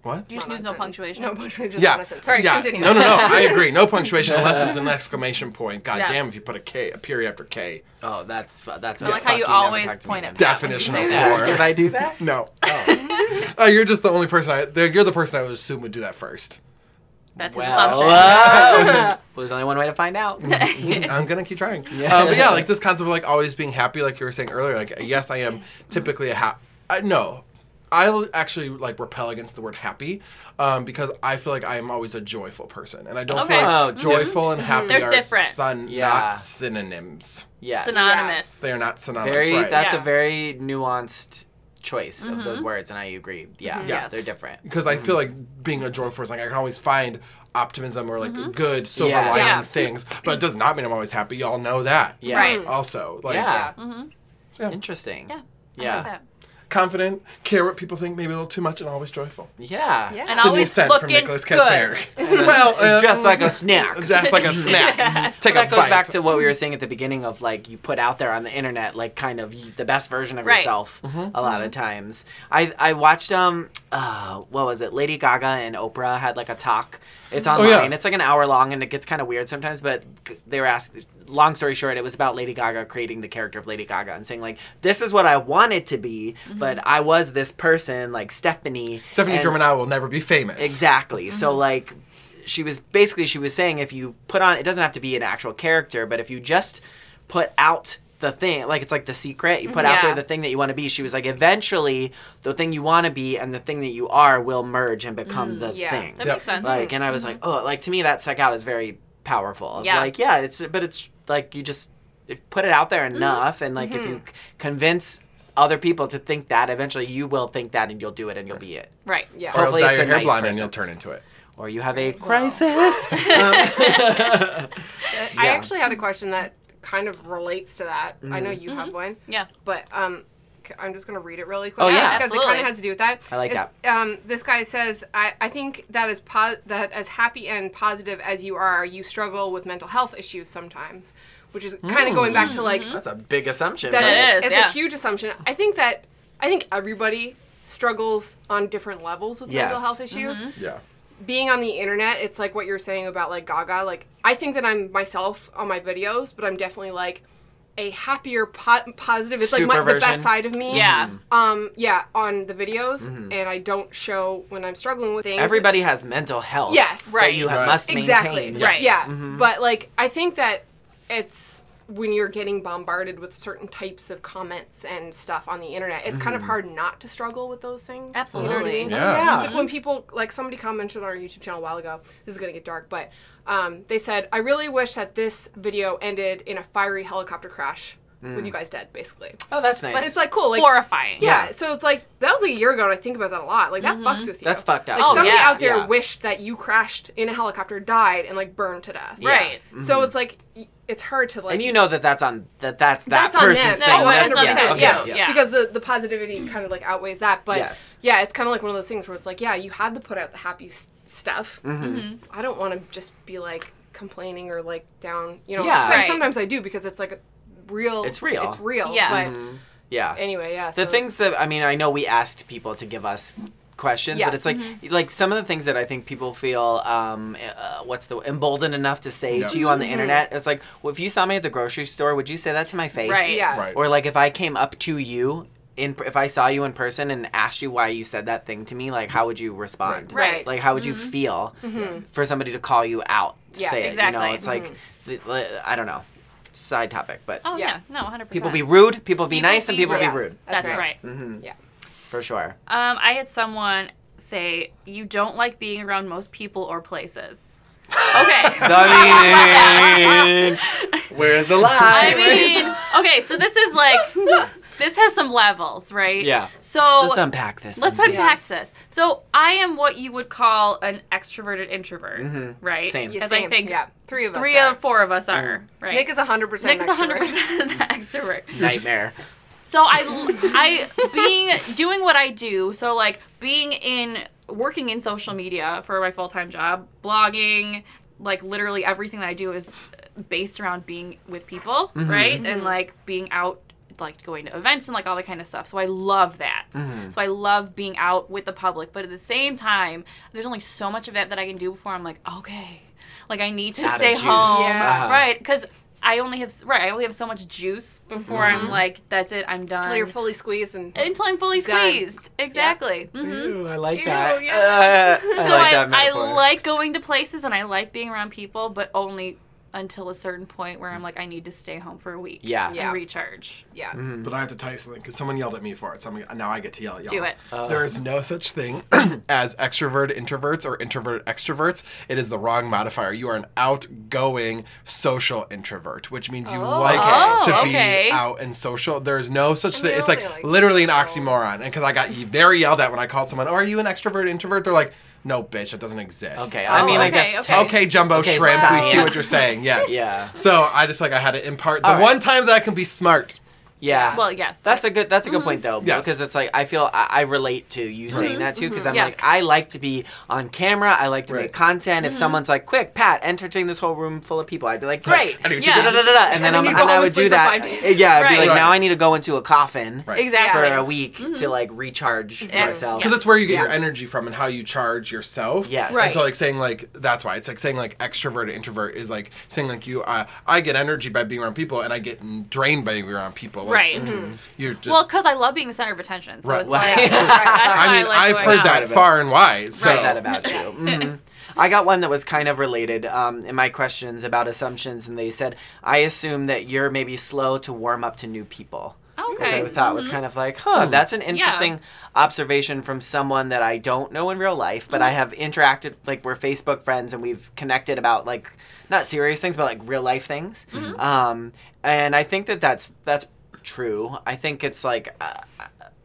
[SPEAKER 1] what?
[SPEAKER 2] You just use no punctuation.
[SPEAKER 4] No punctuation. Just
[SPEAKER 1] Yeah.
[SPEAKER 4] one sentence. Sorry,
[SPEAKER 1] yeah.
[SPEAKER 4] continue.
[SPEAKER 1] No, no, no. I agree. No punctuation unless it's an exclamation point. God
[SPEAKER 2] Yes.
[SPEAKER 1] damn, if you put a K, a period after K.
[SPEAKER 3] Oh, that's fu- that's.
[SPEAKER 2] I like how you always point at me.
[SPEAKER 1] Definition of
[SPEAKER 3] Yeah. Did
[SPEAKER 1] war.
[SPEAKER 3] I do that?
[SPEAKER 1] No. Uh, you're just the only person I. the- You're the person I would assume would do that first.
[SPEAKER 2] That's his
[SPEAKER 3] Well,
[SPEAKER 2] assumption.
[SPEAKER 3] uh, there's only one way to find out.
[SPEAKER 1] I'm gonna keep trying. Yeah. but yeah, like this concept of like always being happy, like you were saying earlier. Like yes, I am typically a happy. No, I l- actually like repel against the word happy um, because I feel like I am always a joyful person, and I don't
[SPEAKER 2] Okay.
[SPEAKER 1] feel
[SPEAKER 3] Oh,
[SPEAKER 1] like
[SPEAKER 3] diff-
[SPEAKER 1] joyful and happy
[SPEAKER 2] There's
[SPEAKER 1] are
[SPEAKER 2] different.
[SPEAKER 1] Sun,
[SPEAKER 3] Yeah.
[SPEAKER 1] not synonyms.
[SPEAKER 3] Yes.
[SPEAKER 2] Synonymous.
[SPEAKER 1] They are not synonymous.
[SPEAKER 3] Very.
[SPEAKER 1] right.
[SPEAKER 2] Yes.
[SPEAKER 3] That's
[SPEAKER 2] Mm-hmm.
[SPEAKER 3] a very nuanced choice of those words, and I agree. Yeah.
[SPEAKER 2] Yes.
[SPEAKER 3] They're different.
[SPEAKER 1] because I feel like
[SPEAKER 3] Mm-hmm.
[SPEAKER 1] being a joyful person, like I can always find optimism or like good silver
[SPEAKER 3] Yeah.
[SPEAKER 1] lining
[SPEAKER 2] Mm-hmm. Yeah.
[SPEAKER 1] things, but it does not mean I'm always happy. Y'all know that.
[SPEAKER 3] Yeah.
[SPEAKER 2] Right.
[SPEAKER 1] Also, like
[SPEAKER 3] Yeah.
[SPEAKER 1] Yeah.
[SPEAKER 3] Interesting.
[SPEAKER 2] Mm-hmm. Yeah. I
[SPEAKER 3] Yeah.
[SPEAKER 2] like that.
[SPEAKER 1] confident, care what people think, maybe a little too much, and always joyful.
[SPEAKER 3] Yeah.
[SPEAKER 4] Yeah.
[SPEAKER 2] And
[SPEAKER 4] The
[SPEAKER 1] The
[SPEAKER 2] always
[SPEAKER 1] new scent from
[SPEAKER 2] looking
[SPEAKER 1] Nicholas
[SPEAKER 2] good.
[SPEAKER 1] Casimir. well, uh,
[SPEAKER 3] Just like a snack.
[SPEAKER 1] just like a snack. Take
[SPEAKER 3] that
[SPEAKER 1] a
[SPEAKER 3] goes
[SPEAKER 1] bite.
[SPEAKER 3] back to what we were saying at the beginning of like you put out there on the internet like kind of y- the best version of
[SPEAKER 2] Right.
[SPEAKER 3] yourself
[SPEAKER 1] Mm-hmm.
[SPEAKER 3] a lot of times i i watched um uh what was it lady gaga and oprah had like a talk it's online
[SPEAKER 1] yeah.
[SPEAKER 3] it's like an hour long and it gets kind of weird sometimes but g- they were asked long story short it was about lady gaga creating the character of lady gaga and saying like this is what i wanted to be but i was this person like stephanie
[SPEAKER 1] Stephanie
[SPEAKER 3] and-
[SPEAKER 1] Germanow will never be famous.
[SPEAKER 3] Exactly. So
[SPEAKER 2] Mm-hmm.
[SPEAKER 3] like she was basically she was saying if you put on it doesn't have to be an actual character, but if you just put out the thing like it's like the secret you put out
[SPEAKER 2] Yeah.
[SPEAKER 3] there the thing that you want to be she was like eventually the thing you want to be and the thing that you are will merge and become the
[SPEAKER 2] Mm, yeah,
[SPEAKER 3] thing
[SPEAKER 2] that
[SPEAKER 1] Yep.
[SPEAKER 2] makes sense. Mm-hmm.
[SPEAKER 3] like and i was like oh like to me that stuck out is very powerful It's
[SPEAKER 2] Yeah.
[SPEAKER 3] like yeah it's but it's like you just if put it out
[SPEAKER 2] Mm-hmm.
[SPEAKER 3] there enough and like if you c- convince other people to think that eventually you will think that and you'll do it and you'll be it
[SPEAKER 2] right.
[SPEAKER 4] Yeah.
[SPEAKER 1] Or you'll
[SPEAKER 3] Hopefully
[SPEAKER 1] dye
[SPEAKER 3] it's
[SPEAKER 1] your
[SPEAKER 3] a
[SPEAKER 1] hair
[SPEAKER 3] nice
[SPEAKER 1] blonde and
[SPEAKER 3] person.
[SPEAKER 1] you'll turn into it.
[SPEAKER 3] or you have a crisis Um,
[SPEAKER 4] I
[SPEAKER 3] Yeah.
[SPEAKER 4] actually had a question that kind of relates to that. I know you have one.
[SPEAKER 2] Yeah.
[SPEAKER 4] But um, c- I'm just gonna read it really quick.
[SPEAKER 3] Mm-hmm. Oh, yeah.
[SPEAKER 4] because it
[SPEAKER 2] Absolutely.
[SPEAKER 4] kind of has to do with that.
[SPEAKER 3] I like
[SPEAKER 4] It-
[SPEAKER 3] that.
[SPEAKER 4] Um, this guy says, I, I think that as po- that as happy and positive as you are, you struggle with mental health issues sometimes, which is
[SPEAKER 3] Mm.
[SPEAKER 4] kind of going back to like
[SPEAKER 3] that's a big assumption
[SPEAKER 4] that
[SPEAKER 3] but-
[SPEAKER 4] is-
[SPEAKER 2] It is,
[SPEAKER 4] it's
[SPEAKER 2] yeah.
[SPEAKER 4] a huge assumption. I think that I think everybody struggles on different levels with mental
[SPEAKER 3] Yes. Mm-hmm.
[SPEAKER 4] health issues
[SPEAKER 1] Yeah.
[SPEAKER 4] being on the internet, it's like what you're saying about like Gaga. Like I think that I'm myself on my videos, but I'm definitely like a happier, po- positive. It's like my, the
[SPEAKER 3] Superversion.
[SPEAKER 4] best side of me.
[SPEAKER 2] Yeah.
[SPEAKER 3] Mm.
[SPEAKER 4] Um. Yeah. On the videos, and I don't show when I'm struggling with things.
[SPEAKER 3] everybody has mental health
[SPEAKER 4] Yes.
[SPEAKER 3] that you
[SPEAKER 1] Right.
[SPEAKER 3] must maintain
[SPEAKER 4] Exactly.
[SPEAKER 2] Right.
[SPEAKER 4] Yeah. But like I think that it's when you're getting bombarded with certain types of comments and stuff on the internet, it's kind of hard not to struggle with those things. You know what I
[SPEAKER 2] Absolutely.
[SPEAKER 4] mean?
[SPEAKER 1] Yeah.
[SPEAKER 4] It's like when people like somebody commented on our YouTube channel a while ago. This is gonna get dark, but um, they said, "I really wish that this video ended in a fiery helicopter crash
[SPEAKER 3] Mm.
[SPEAKER 4] with you guys dead." Basically,
[SPEAKER 3] oh that's nice
[SPEAKER 4] but it's like cool, like
[SPEAKER 2] Horrifying.
[SPEAKER 4] yeah.
[SPEAKER 3] Yeah.
[SPEAKER 4] So it's like that was like a year ago, and I think about that a lot. Like that fucks with you.
[SPEAKER 3] That's fucked up.
[SPEAKER 4] Like
[SPEAKER 2] Mm-hmm. Oh,
[SPEAKER 4] somebody
[SPEAKER 2] yeah.
[SPEAKER 4] out there
[SPEAKER 3] Yeah.
[SPEAKER 4] wished that you crashed in a helicopter, died, and like burned to death.
[SPEAKER 2] Right.
[SPEAKER 4] So it's like y- it's hard to like.
[SPEAKER 3] Mm-hmm. and you know that that's on that that's that
[SPEAKER 4] that's on
[SPEAKER 3] person's
[SPEAKER 4] them.
[SPEAKER 3] thing
[SPEAKER 2] No,
[SPEAKER 4] Oh,
[SPEAKER 3] That's-
[SPEAKER 4] 100%.
[SPEAKER 2] yeah,
[SPEAKER 4] Yeah,
[SPEAKER 2] okay, yeah.
[SPEAKER 4] Because the, the positivity kind of like outweighs that. But
[SPEAKER 3] Yes.
[SPEAKER 4] yeah, it's kind of like one of those things where it's like, yeah, you had to put out the happy s- stuff.
[SPEAKER 3] Mm-hmm.
[SPEAKER 4] I don't want to just be like complaining or like down. You know,
[SPEAKER 3] Yeah.
[SPEAKER 4] some-
[SPEAKER 2] Right.
[SPEAKER 4] sometimes I do because it's like a real.
[SPEAKER 3] It's real.
[SPEAKER 4] It's real.
[SPEAKER 2] Yeah.
[SPEAKER 4] But
[SPEAKER 3] yeah
[SPEAKER 4] anyway, yeah.
[SPEAKER 3] the things that I mean, I know we asked people to give us questions, but
[SPEAKER 4] Yes.
[SPEAKER 3] it's like
[SPEAKER 4] Mm-hmm.
[SPEAKER 3] like some of the things that I think people feel um, uh, what's the emboldened enough to say
[SPEAKER 1] Yeah.
[SPEAKER 3] to you on
[SPEAKER 4] Mm-hmm.
[SPEAKER 3] the internet. It's like well, if you saw me at the grocery store, would you say that to my face?
[SPEAKER 2] Right.
[SPEAKER 4] Yeah.
[SPEAKER 1] Right.
[SPEAKER 3] Or like if I came up to you. In, if I saw you in person and asked you why you said that thing to me, like how would you respond?
[SPEAKER 2] Right.
[SPEAKER 3] Like how would
[SPEAKER 2] Mm-hmm.
[SPEAKER 3] you feel for somebody to call you out to
[SPEAKER 4] Yeah,
[SPEAKER 3] say it? You
[SPEAKER 2] exactly. Mm-hmm.
[SPEAKER 3] know, it's like the- the- I don't know, side topic, but
[SPEAKER 2] Oh yeah.
[SPEAKER 4] Yeah.
[SPEAKER 2] No, 100.
[SPEAKER 3] people be rude, people be
[SPEAKER 2] People
[SPEAKER 3] nice, and
[SPEAKER 2] be
[SPEAKER 3] people
[SPEAKER 2] rude.
[SPEAKER 3] be
[SPEAKER 4] Yes.
[SPEAKER 3] rude
[SPEAKER 2] That's,
[SPEAKER 4] That's
[SPEAKER 2] right.
[SPEAKER 4] right. Yeah.
[SPEAKER 3] for sure.
[SPEAKER 2] Um, I had someone say you don't like being around most people or places. Okay.
[SPEAKER 3] I mean, where's the lie?
[SPEAKER 2] I mean, okay, so this is like this has some levels, right?
[SPEAKER 3] Yeah.
[SPEAKER 2] So
[SPEAKER 3] let's unpack this.
[SPEAKER 2] Let's
[SPEAKER 3] Lindsay.
[SPEAKER 2] unpack this. So I am what you would call an extroverted introvert, right?
[SPEAKER 3] Mm-hmm. Same. Mm-hmm.
[SPEAKER 4] Yeah,
[SPEAKER 2] As I
[SPEAKER 4] same.
[SPEAKER 2] think
[SPEAKER 4] yeah, three of us.
[SPEAKER 2] three
[SPEAKER 4] are.
[SPEAKER 2] or four of us are, right?
[SPEAKER 4] Nick is hundred percent.
[SPEAKER 2] Nick is 100% an extrovert.
[SPEAKER 3] nightmare.
[SPEAKER 2] So I, I being doing what I do. So like being in working in social media for my full time job, blogging, like literally everything that I do is based around being with people,
[SPEAKER 3] Mm-hmm.
[SPEAKER 2] right? And like being out, like going to events and like all that kind of stuff. So I love that.
[SPEAKER 3] Mm-hmm.
[SPEAKER 2] So I love being out with the public. But at the same time, there's only so much of that that I can do before I'm like, okay, like I need to
[SPEAKER 3] Out of
[SPEAKER 2] stay
[SPEAKER 3] juice.
[SPEAKER 2] home,
[SPEAKER 4] Yeah.
[SPEAKER 3] Uh-huh.
[SPEAKER 2] right? Because. I only have right. I only have so much juice before
[SPEAKER 3] Mm-hmm.
[SPEAKER 2] I'm like, that's it. I'm done
[SPEAKER 4] You're fully squeezed and
[SPEAKER 2] until I'm fully
[SPEAKER 4] Done.
[SPEAKER 2] squeezed. Exactly. Mhm.
[SPEAKER 3] Ooh, I like
[SPEAKER 4] that. yeah.
[SPEAKER 3] Uh, I
[SPEAKER 2] So
[SPEAKER 3] like
[SPEAKER 2] I,
[SPEAKER 3] that
[SPEAKER 2] I,
[SPEAKER 3] metaphor.
[SPEAKER 2] like going to places and I like being around people, but only until a certain point where I'm like, I need to stay home for a week.
[SPEAKER 3] Yeah.
[SPEAKER 2] And
[SPEAKER 4] Yeah.
[SPEAKER 2] recharge.
[SPEAKER 4] yeah.
[SPEAKER 3] Mm-hmm.
[SPEAKER 1] But I have to tell you something because someone yelled at me for it. So I'm, now I get to yell at y'all.
[SPEAKER 2] Do it.
[SPEAKER 3] Uh.
[SPEAKER 1] there is no such thing as extrovert introverts or introvert extroverts. It is the wrong modifier. You are an outgoing social introvert, which means you like
[SPEAKER 2] Oh,
[SPEAKER 1] to
[SPEAKER 2] okay.
[SPEAKER 1] be out and social. There is no such
[SPEAKER 4] mean,
[SPEAKER 1] thing. It's
[SPEAKER 4] I
[SPEAKER 1] like,
[SPEAKER 4] don't think I like
[SPEAKER 1] literally an
[SPEAKER 4] social.
[SPEAKER 1] oxymoron. And because I got very yelled at when I called someone, oh, "Are you an extrovert introvert?" They're like, "No, bitch, it doesn't exist."
[SPEAKER 3] Okay, I
[SPEAKER 2] Oh,
[SPEAKER 3] mean, I
[SPEAKER 2] okay,
[SPEAKER 3] guess
[SPEAKER 2] okay.
[SPEAKER 3] tech-
[SPEAKER 1] Okay, Jumbo
[SPEAKER 3] Okay,
[SPEAKER 1] Shrimp, we see
[SPEAKER 3] science.
[SPEAKER 1] what you're saying. Yes.
[SPEAKER 3] Yeah.
[SPEAKER 1] So I just like I had to impart the
[SPEAKER 3] right.
[SPEAKER 1] one time that I can be smart.
[SPEAKER 3] Yeah.
[SPEAKER 2] Well, yes.
[SPEAKER 3] That's a good. That's a good point though,
[SPEAKER 1] Yes.
[SPEAKER 3] because it's like I feel I, I relate to you saying that too, because I'm
[SPEAKER 2] Yeah.
[SPEAKER 3] like I like to be on camera. I like to
[SPEAKER 1] Right.
[SPEAKER 3] make content. If someone's like, "Quick, Pat, entertain this whole room full of people," I'd be like, "Great."
[SPEAKER 1] I need
[SPEAKER 2] Yeah.
[SPEAKER 1] to
[SPEAKER 3] Da, da, da, da, da. And then,
[SPEAKER 4] And then
[SPEAKER 3] I'm,
[SPEAKER 4] you
[SPEAKER 3] and
[SPEAKER 4] go
[SPEAKER 3] I
[SPEAKER 4] home
[SPEAKER 3] would
[SPEAKER 4] and
[SPEAKER 3] do
[SPEAKER 4] sleep for
[SPEAKER 3] that.
[SPEAKER 4] five days.
[SPEAKER 3] Yeah, I'd be
[SPEAKER 2] Right.
[SPEAKER 3] like, now
[SPEAKER 1] Right.
[SPEAKER 3] I need to go into a coffin
[SPEAKER 1] Right.
[SPEAKER 3] for
[SPEAKER 2] exactly.
[SPEAKER 3] a week to like recharge myself.
[SPEAKER 1] because it's where you get your energy from and how you charge yourself.
[SPEAKER 3] Yes.
[SPEAKER 1] And
[SPEAKER 2] Right.
[SPEAKER 1] so like saying like that's why it's like saying like extrovert introvert is like saying like you uh, I get energy by being around people and I get drained by being around people. Like, mm-hmm.
[SPEAKER 2] Right.
[SPEAKER 3] Mm-hmm.
[SPEAKER 1] You're just.
[SPEAKER 2] Well, because I love being the center of attention. So
[SPEAKER 1] Right.
[SPEAKER 2] it's
[SPEAKER 3] Well,
[SPEAKER 2] like,
[SPEAKER 3] yeah.
[SPEAKER 2] that's why
[SPEAKER 1] I mean,
[SPEAKER 2] like
[SPEAKER 1] I've
[SPEAKER 2] going
[SPEAKER 1] heard
[SPEAKER 2] out.
[SPEAKER 1] that far and wide. So
[SPEAKER 3] Say that about you. Mhm. I got one that was kind of related um, in my questions about assumptions, and they said, I assume that you're maybe slow to warm up to new people. Which
[SPEAKER 2] Oh, Okay. Mm-hmm.
[SPEAKER 3] I thought was kind of like, huh, that's an interesting observation from someone that I don't know in real life, but I
[SPEAKER 2] Mm-hmm.
[SPEAKER 3] have interacted, like, we're Facebook friends and we've connected about, like, not serious things, but like real life things.
[SPEAKER 2] Mm-hmm.
[SPEAKER 3] Um, and I think that that's, that's true. I think it's like, uh,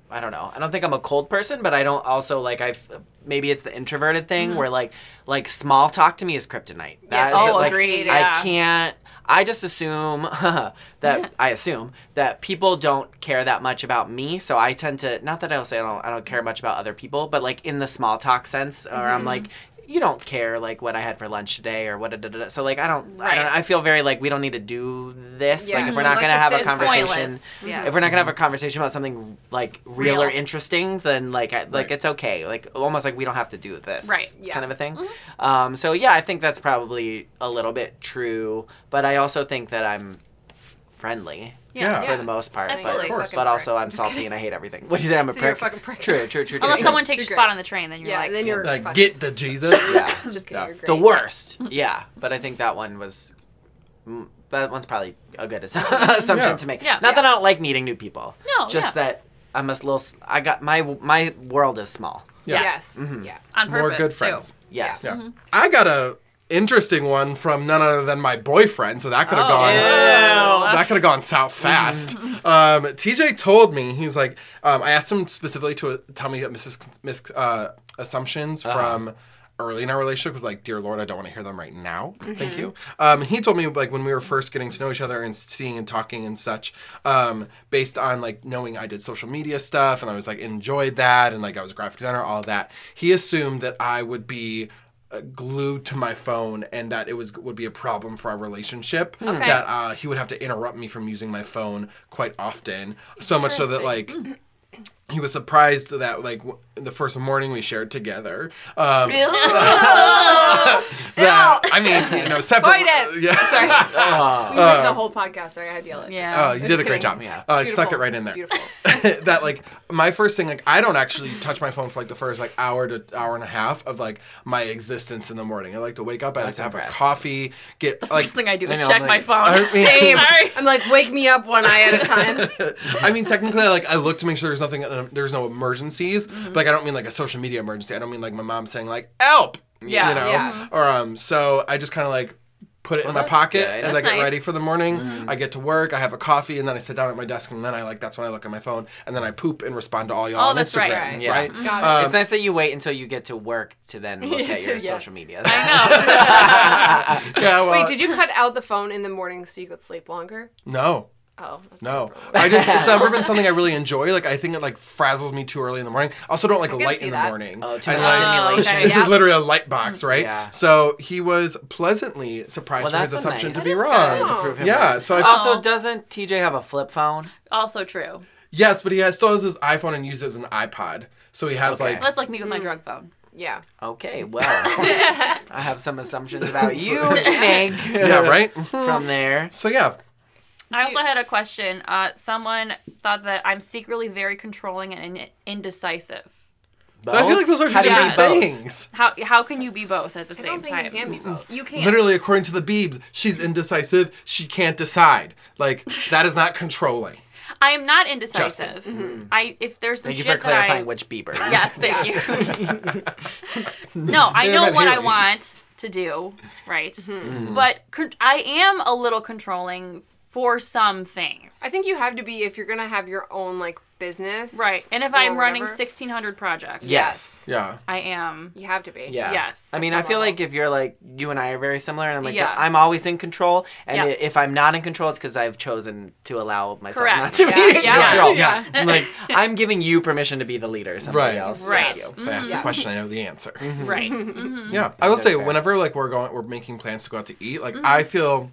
[SPEAKER 3] I don't know. I don't think I'm a cold person, but I don't also like I've maybe it's the introverted thing where like like small talk to me is kryptonite.
[SPEAKER 4] Yes.
[SPEAKER 3] That is
[SPEAKER 2] Mm-hmm. Oh,
[SPEAKER 3] like,
[SPEAKER 2] agreed, yeah.
[SPEAKER 3] I can't. I just assume that I assume that people don't care that much about me, so I tend to not that I'll say I don't I don't care much about other people, but like in the small talk sense, or
[SPEAKER 4] Mm-hmm.
[SPEAKER 3] I'm like. You don't care like what I had for lunch today or what. Da, da, da. da." So like I don't, I don't.
[SPEAKER 2] Right.
[SPEAKER 3] I feel very like we don't need to do this.
[SPEAKER 4] Yeah.
[SPEAKER 3] Like if we're
[SPEAKER 4] Mhm.
[SPEAKER 3] not
[SPEAKER 4] Let's
[SPEAKER 3] gonna
[SPEAKER 4] just
[SPEAKER 3] have
[SPEAKER 4] say
[SPEAKER 3] a
[SPEAKER 4] it's
[SPEAKER 3] conversation,
[SPEAKER 2] pointless. Yeah.
[SPEAKER 3] if we're not gonna have a conversation about something like real,
[SPEAKER 2] Real.
[SPEAKER 3] or interesting, then like I, like it's okay. Like almost like we don't have to do this,
[SPEAKER 2] Right,
[SPEAKER 4] yeah. Mm-hmm.
[SPEAKER 3] Kind of a thing. Um, so yeah, I think that's probably a little bit true, but I also think that I'm friendly
[SPEAKER 1] Yeah.
[SPEAKER 3] for the most part.
[SPEAKER 2] Absolutely.
[SPEAKER 1] Of
[SPEAKER 3] But,
[SPEAKER 1] course.
[SPEAKER 3] but also I'm
[SPEAKER 4] Just
[SPEAKER 3] salty
[SPEAKER 4] kidding.
[SPEAKER 3] and I hate everything. What do you say? I'm a
[SPEAKER 4] So
[SPEAKER 3] prick.
[SPEAKER 4] you're a fucking prick.
[SPEAKER 3] True, true, true.
[SPEAKER 2] Unless
[SPEAKER 3] true.
[SPEAKER 2] someone takes
[SPEAKER 4] You're
[SPEAKER 2] your
[SPEAKER 4] great.
[SPEAKER 2] spot on the train, then you're
[SPEAKER 4] yeah,
[SPEAKER 2] like,
[SPEAKER 4] and then you're
[SPEAKER 1] Like,
[SPEAKER 4] fucking-
[SPEAKER 1] get the Jesus.
[SPEAKER 3] Yeah.
[SPEAKER 4] Just kidding.
[SPEAKER 1] Yeah.
[SPEAKER 4] You're great.
[SPEAKER 3] the worst. Yeah, but I think that one was. mm, That one's probably a good assu- assumption
[SPEAKER 1] Yeah.
[SPEAKER 3] to make.
[SPEAKER 2] Yeah.
[SPEAKER 3] Not that I don't like meeting new people.
[SPEAKER 2] No,
[SPEAKER 3] just
[SPEAKER 2] yeah.
[SPEAKER 3] that I'm a little. s- I got my my world is small.
[SPEAKER 1] Yeah.
[SPEAKER 4] Yes.
[SPEAKER 3] Mm-hmm.
[SPEAKER 4] Yeah.
[SPEAKER 2] on purpose.
[SPEAKER 1] More good
[SPEAKER 2] too.
[SPEAKER 1] friends.
[SPEAKER 3] Yes.
[SPEAKER 1] Yeah. I got a interesting one from none other than my boyfriend, so that
[SPEAKER 2] Oh,
[SPEAKER 1] could have gone. That could have gone south fast. um, TJ told me he was like, um, I asked him specifically to uh, tell me that Mrs. Mis- uh, assumptions from early in our relationship was like, dear Lord, I don't want to hear them right now. Thank you. Um, he told me like when we were first getting to know each other and seeing and talking and such, um, based on like knowing I did social media stuff and I was like enjoyed that and like I was a graphic designer, all that. He assumed that I would be uh, glued to my phone and that it was would be a problem for our relationship
[SPEAKER 4] Hmm.
[SPEAKER 1] that uh, he would have to interrupt me from using my phone quite often so much so that like he was surprised that like w- the first morning we shared together um that, i mean you know separate
[SPEAKER 4] Coitus.
[SPEAKER 1] yeah
[SPEAKER 4] Sorry. we made the whole podcast. Sorry, I had to yell it.
[SPEAKER 2] Yeah.
[SPEAKER 1] Oh, you did a
[SPEAKER 4] Just
[SPEAKER 1] great
[SPEAKER 4] kidding.
[SPEAKER 1] job.
[SPEAKER 3] Yeah.
[SPEAKER 1] Uh, I
[SPEAKER 4] Beautiful.
[SPEAKER 1] stuck it right in there.
[SPEAKER 4] Beautiful.
[SPEAKER 1] that like my first thing like I don't actually touch my phone for like the first like hour to hour and a half of like my existence in the morning. I like to wake up, I like to have
[SPEAKER 3] impressed.
[SPEAKER 1] a coffee, get like
[SPEAKER 2] First thing I do is
[SPEAKER 3] I know,
[SPEAKER 2] check
[SPEAKER 3] like-
[SPEAKER 2] my phone.
[SPEAKER 1] I mean-
[SPEAKER 2] Same. Sorry.
[SPEAKER 4] I'm like, wake me up one eye at a time.
[SPEAKER 1] I mean, technically, I, like I look to make sure there's nothing, um, there's no emergencies. But, like I don't mean like a social media emergency. I don't mean like my mom saying like help,
[SPEAKER 3] Yeah.
[SPEAKER 1] you know,
[SPEAKER 4] Yeah.
[SPEAKER 1] or um. So I just kind of like put it in my
[SPEAKER 3] that's
[SPEAKER 1] pocket
[SPEAKER 3] good.
[SPEAKER 1] as I
[SPEAKER 2] That's
[SPEAKER 1] get
[SPEAKER 2] nice.
[SPEAKER 1] ready for the morning. I get to work, I have a coffee, and then I sit down at my desk, and then I like that's when I look at my phone, and then I poop and respond to all y'all
[SPEAKER 2] Oh,
[SPEAKER 1] on
[SPEAKER 2] that's
[SPEAKER 1] Instagram,
[SPEAKER 2] right,
[SPEAKER 1] right?
[SPEAKER 2] right.
[SPEAKER 3] Yeah.
[SPEAKER 4] Got it.
[SPEAKER 1] Um,
[SPEAKER 3] it's nice that you wait until you get to work to then look at
[SPEAKER 4] To-
[SPEAKER 3] your
[SPEAKER 4] yeah.
[SPEAKER 3] social media.
[SPEAKER 1] Yeah, well,
[SPEAKER 4] Wait, did you cut out the phone in the morning so you could sleep longer?
[SPEAKER 1] no.
[SPEAKER 4] Oh, that's
[SPEAKER 1] No, I just it's never been something I really enjoy. Like I think it like frazzles me too early in the morning. I also don't like
[SPEAKER 4] can
[SPEAKER 1] light
[SPEAKER 4] see
[SPEAKER 1] in the
[SPEAKER 4] that.
[SPEAKER 1] morning.
[SPEAKER 3] Oh, too
[SPEAKER 1] I
[SPEAKER 3] much
[SPEAKER 1] like-
[SPEAKER 2] Oh, okay.
[SPEAKER 1] This
[SPEAKER 4] Yeah.
[SPEAKER 1] is literally a light box, right?
[SPEAKER 3] Yeah.
[SPEAKER 1] So he was pleasantly surprised
[SPEAKER 3] Well,
[SPEAKER 1] for his
[SPEAKER 3] that's a
[SPEAKER 1] assumption to
[SPEAKER 3] nice-
[SPEAKER 1] be
[SPEAKER 4] That is
[SPEAKER 1] wrong.
[SPEAKER 4] good.
[SPEAKER 2] Oh.
[SPEAKER 3] to prove him
[SPEAKER 1] Yeah.
[SPEAKER 3] wrong.
[SPEAKER 1] So I,
[SPEAKER 3] Also, doesn't TJ have a flip phone?
[SPEAKER 2] Also true.
[SPEAKER 1] yes, but he has, still has his iPhone and uses it as an iPod. So he has
[SPEAKER 3] Okay.
[SPEAKER 1] like
[SPEAKER 2] That's like me with my drug phone.
[SPEAKER 4] Yeah.
[SPEAKER 3] Okay, well, I have some assumptions about you to make.
[SPEAKER 1] yeah, right. Mhm.
[SPEAKER 3] From there,
[SPEAKER 1] so yeah,
[SPEAKER 2] I also had a question. Uh, someone thought that I'm secretly very controlling and in- indecisive.
[SPEAKER 1] But I feel like those are
[SPEAKER 3] How
[SPEAKER 1] two
[SPEAKER 3] do you
[SPEAKER 1] different
[SPEAKER 3] do both?
[SPEAKER 1] things.
[SPEAKER 2] How how can you be both at the
[SPEAKER 4] I
[SPEAKER 2] same
[SPEAKER 4] don't think
[SPEAKER 2] time?
[SPEAKER 4] you can be both.
[SPEAKER 2] You can't.
[SPEAKER 1] Literally, according to the Beebs, she's indecisive. She can't decide. Like that is not controlling.
[SPEAKER 2] I am not indecisive.
[SPEAKER 4] Mm-hmm.
[SPEAKER 2] I if there's some
[SPEAKER 3] Thank you
[SPEAKER 2] shit
[SPEAKER 3] for clarifying
[SPEAKER 2] that I
[SPEAKER 3] which Bieber.
[SPEAKER 2] yes, thank you. no, I know
[SPEAKER 1] Damn it,
[SPEAKER 2] what I
[SPEAKER 1] Haley.
[SPEAKER 2] want to do, right?
[SPEAKER 4] Mm-hmm.
[SPEAKER 3] Mm-hmm.
[SPEAKER 2] But con- I am a little controlling for some things.
[SPEAKER 4] I think you have to be if you're gonna have your own like business.
[SPEAKER 2] right, and if
[SPEAKER 4] or
[SPEAKER 2] I'm running
[SPEAKER 4] whatever,
[SPEAKER 2] 1,600 projects,
[SPEAKER 3] Yes.
[SPEAKER 1] Yeah.
[SPEAKER 2] I am.
[SPEAKER 4] you have to be.
[SPEAKER 3] Yeah.
[SPEAKER 2] Yes.
[SPEAKER 3] I mean,
[SPEAKER 4] Some
[SPEAKER 3] I feel
[SPEAKER 4] level.
[SPEAKER 3] like if you're like you and I are very similar, and I'm like,
[SPEAKER 2] Yeah.
[SPEAKER 3] I'm always in control, and
[SPEAKER 2] Yeah.
[SPEAKER 3] i- if I'm not in control, it's because I've chosen to allow myself
[SPEAKER 2] Correct.
[SPEAKER 3] not to
[SPEAKER 2] Yeah,
[SPEAKER 3] be in
[SPEAKER 4] yeah,
[SPEAKER 3] control.
[SPEAKER 1] yeah.
[SPEAKER 3] I'm like, I'm giving you permission to be the leader.
[SPEAKER 1] Right.
[SPEAKER 3] Somebody else.
[SPEAKER 2] Right. Mm-hmm.
[SPEAKER 3] Thank you.
[SPEAKER 1] If I ask the
[SPEAKER 4] Yeah.
[SPEAKER 1] question, I know the answer.
[SPEAKER 3] Mm-hmm.
[SPEAKER 2] Right.
[SPEAKER 1] Yeah, I will
[SPEAKER 3] That's
[SPEAKER 1] say
[SPEAKER 3] fair.
[SPEAKER 1] whenever like we're going, we're making plans to go out to eat. Like I feel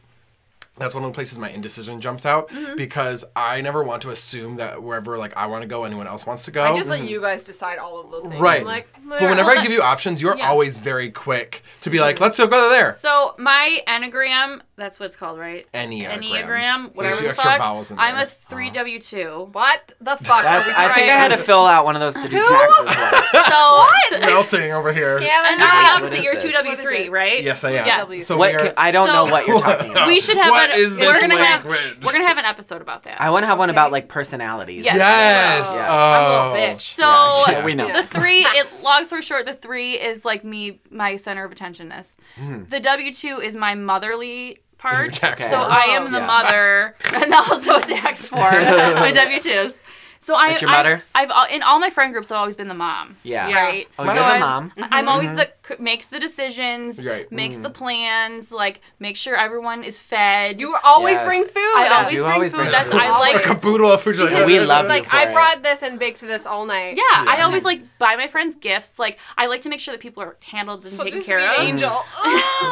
[SPEAKER 1] that's one of the places my indecision jumps out because I never want to assume that wherever like I want to go, anyone else wants to go.
[SPEAKER 4] I just let you guys decide all of those things.
[SPEAKER 1] Mm-hmm. right.
[SPEAKER 4] I'm like,
[SPEAKER 1] but whenever I
[SPEAKER 2] that-
[SPEAKER 1] give you options, you're
[SPEAKER 2] Yeah.
[SPEAKER 1] always very quick to be like, "Let's go go there."
[SPEAKER 2] So my enneagram, that's what it's called, right?
[SPEAKER 1] Enneagram.
[SPEAKER 2] Enneagram, whatever
[SPEAKER 1] few
[SPEAKER 2] the
[SPEAKER 1] extra
[SPEAKER 2] fuck.
[SPEAKER 1] vowels in
[SPEAKER 2] I'm
[SPEAKER 1] there. Uh-huh.
[SPEAKER 2] a three W two.
[SPEAKER 4] what the fuck?
[SPEAKER 3] That's,
[SPEAKER 4] are we
[SPEAKER 3] I think I
[SPEAKER 4] trying-
[SPEAKER 3] had to fill out one of those to do taxes. once.
[SPEAKER 2] So
[SPEAKER 1] melting over here.
[SPEAKER 2] And
[SPEAKER 3] Wait,
[SPEAKER 2] now
[SPEAKER 3] what
[SPEAKER 2] obviously
[SPEAKER 3] is
[SPEAKER 2] you're
[SPEAKER 3] this?
[SPEAKER 2] two W three,
[SPEAKER 4] it?
[SPEAKER 2] right?
[SPEAKER 1] Yes, I am.
[SPEAKER 2] Yes.
[SPEAKER 1] So
[SPEAKER 3] What?
[SPEAKER 1] we are.
[SPEAKER 3] ca- I don't
[SPEAKER 2] So-
[SPEAKER 3] know what you're talking about.
[SPEAKER 2] We should have.
[SPEAKER 1] What
[SPEAKER 2] an,
[SPEAKER 1] is this
[SPEAKER 2] we're gonna
[SPEAKER 1] language?
[SPEAKER 2] have. We're gonna have an episode about that.
[SPEAKER 3] I want to have one
[SPEAKER 4] Okay.
[SPEAKER 3] about like personalities.
[SPEAKER 2] Yes.
[SPEAKER 1] yes.
[SPEAKER 3] Yes.
[SPEAKER 1] Oh.
[SPEAKER 4] I'm a little bitch.
[SPEAKER 2] so
[SPEAKER 1] Yeah.
[SPEAKER 3] we know.
[SPEAKER 2] the three. It, long story short, the three is like me, my center of attentionness.
[SPEAKER 3] Hmm.
[SPEAKER 2] The W two is my motherly part.
[SPEAKER 1] tax
[SPEAKER 2] So
[SPEAKER 1] form.
[SPEAKER 2] I am the
[SPEAKER 3] Yeah.
[SPEAKER 2] mother, and also tax for my W twos. So I,
[SPEAKER 3] That's your mother?
[SPEAKER 2] I, I've al- in all my friend groups, I've always been the mom.
[SPEAKER 3] Yeah. Mm-hmm.
[SPEAKER 4] Yeah.
[SPEAKER 2] Right.
[SPEAKER 3] Oh,
[SPEAKER 2] So
[SPEAKER 3] you're the
[SPEAKER 2] I'm-
[SPEAKER 3] mom. Mm.
[SPEAKER 2] I'm always the c- makes the decisions,
[SPEAKER 1] Right.
[SPEAKER 2] makes the plans, like make sure everyone is fed.
[SPEAKER 4] You always
[SPEAKER 3] Yes.
[SPEAKER 4] bring food.
[SPEAKER 2] I always
[SPEAKER 3] do
[SPEAKER 2] bring
[SPEAKER 3] always
[SPEAKER 2] food.
[SPEAKER 3] bring
[SPEAKER 2] That's
[SPEAKER 1] food.
[SPEAKER 2] I
[SPEAKER 1] A
[SPEAKER 2] like.
[SPEAKER 1] caboodle of food. You're
[SPEAKER 4] Because
[SPEAKER 1] Like,
[SPEAKER 3] We
[SPEAKER 1] "Oh, this
[SPEAKER 3] love
[SPEAKER 1] is
[SPEAKER 4] it's like
[SPEAKER 3] for
[SPEAKER 4] I
[SPEAKER 3] it."
[SPEAKER 4] brought this and baked this all night.
[SPEAKER 2] Yeah, I
[SPEAKER 1] Yeah.
[SPEAKER 2] always like buy my friends gifts. Like I like to make sure that people are handled and
[SPEAKER 4] So
[SPEAKER 2] taken
[SPEAKER 4] just
[SPEAKER 2] care
[SPEAKER 4] be an
[SPEAKER 2] of.
[SPEAKER 4] angel.
[SPEAKER 1] Mm-hmm.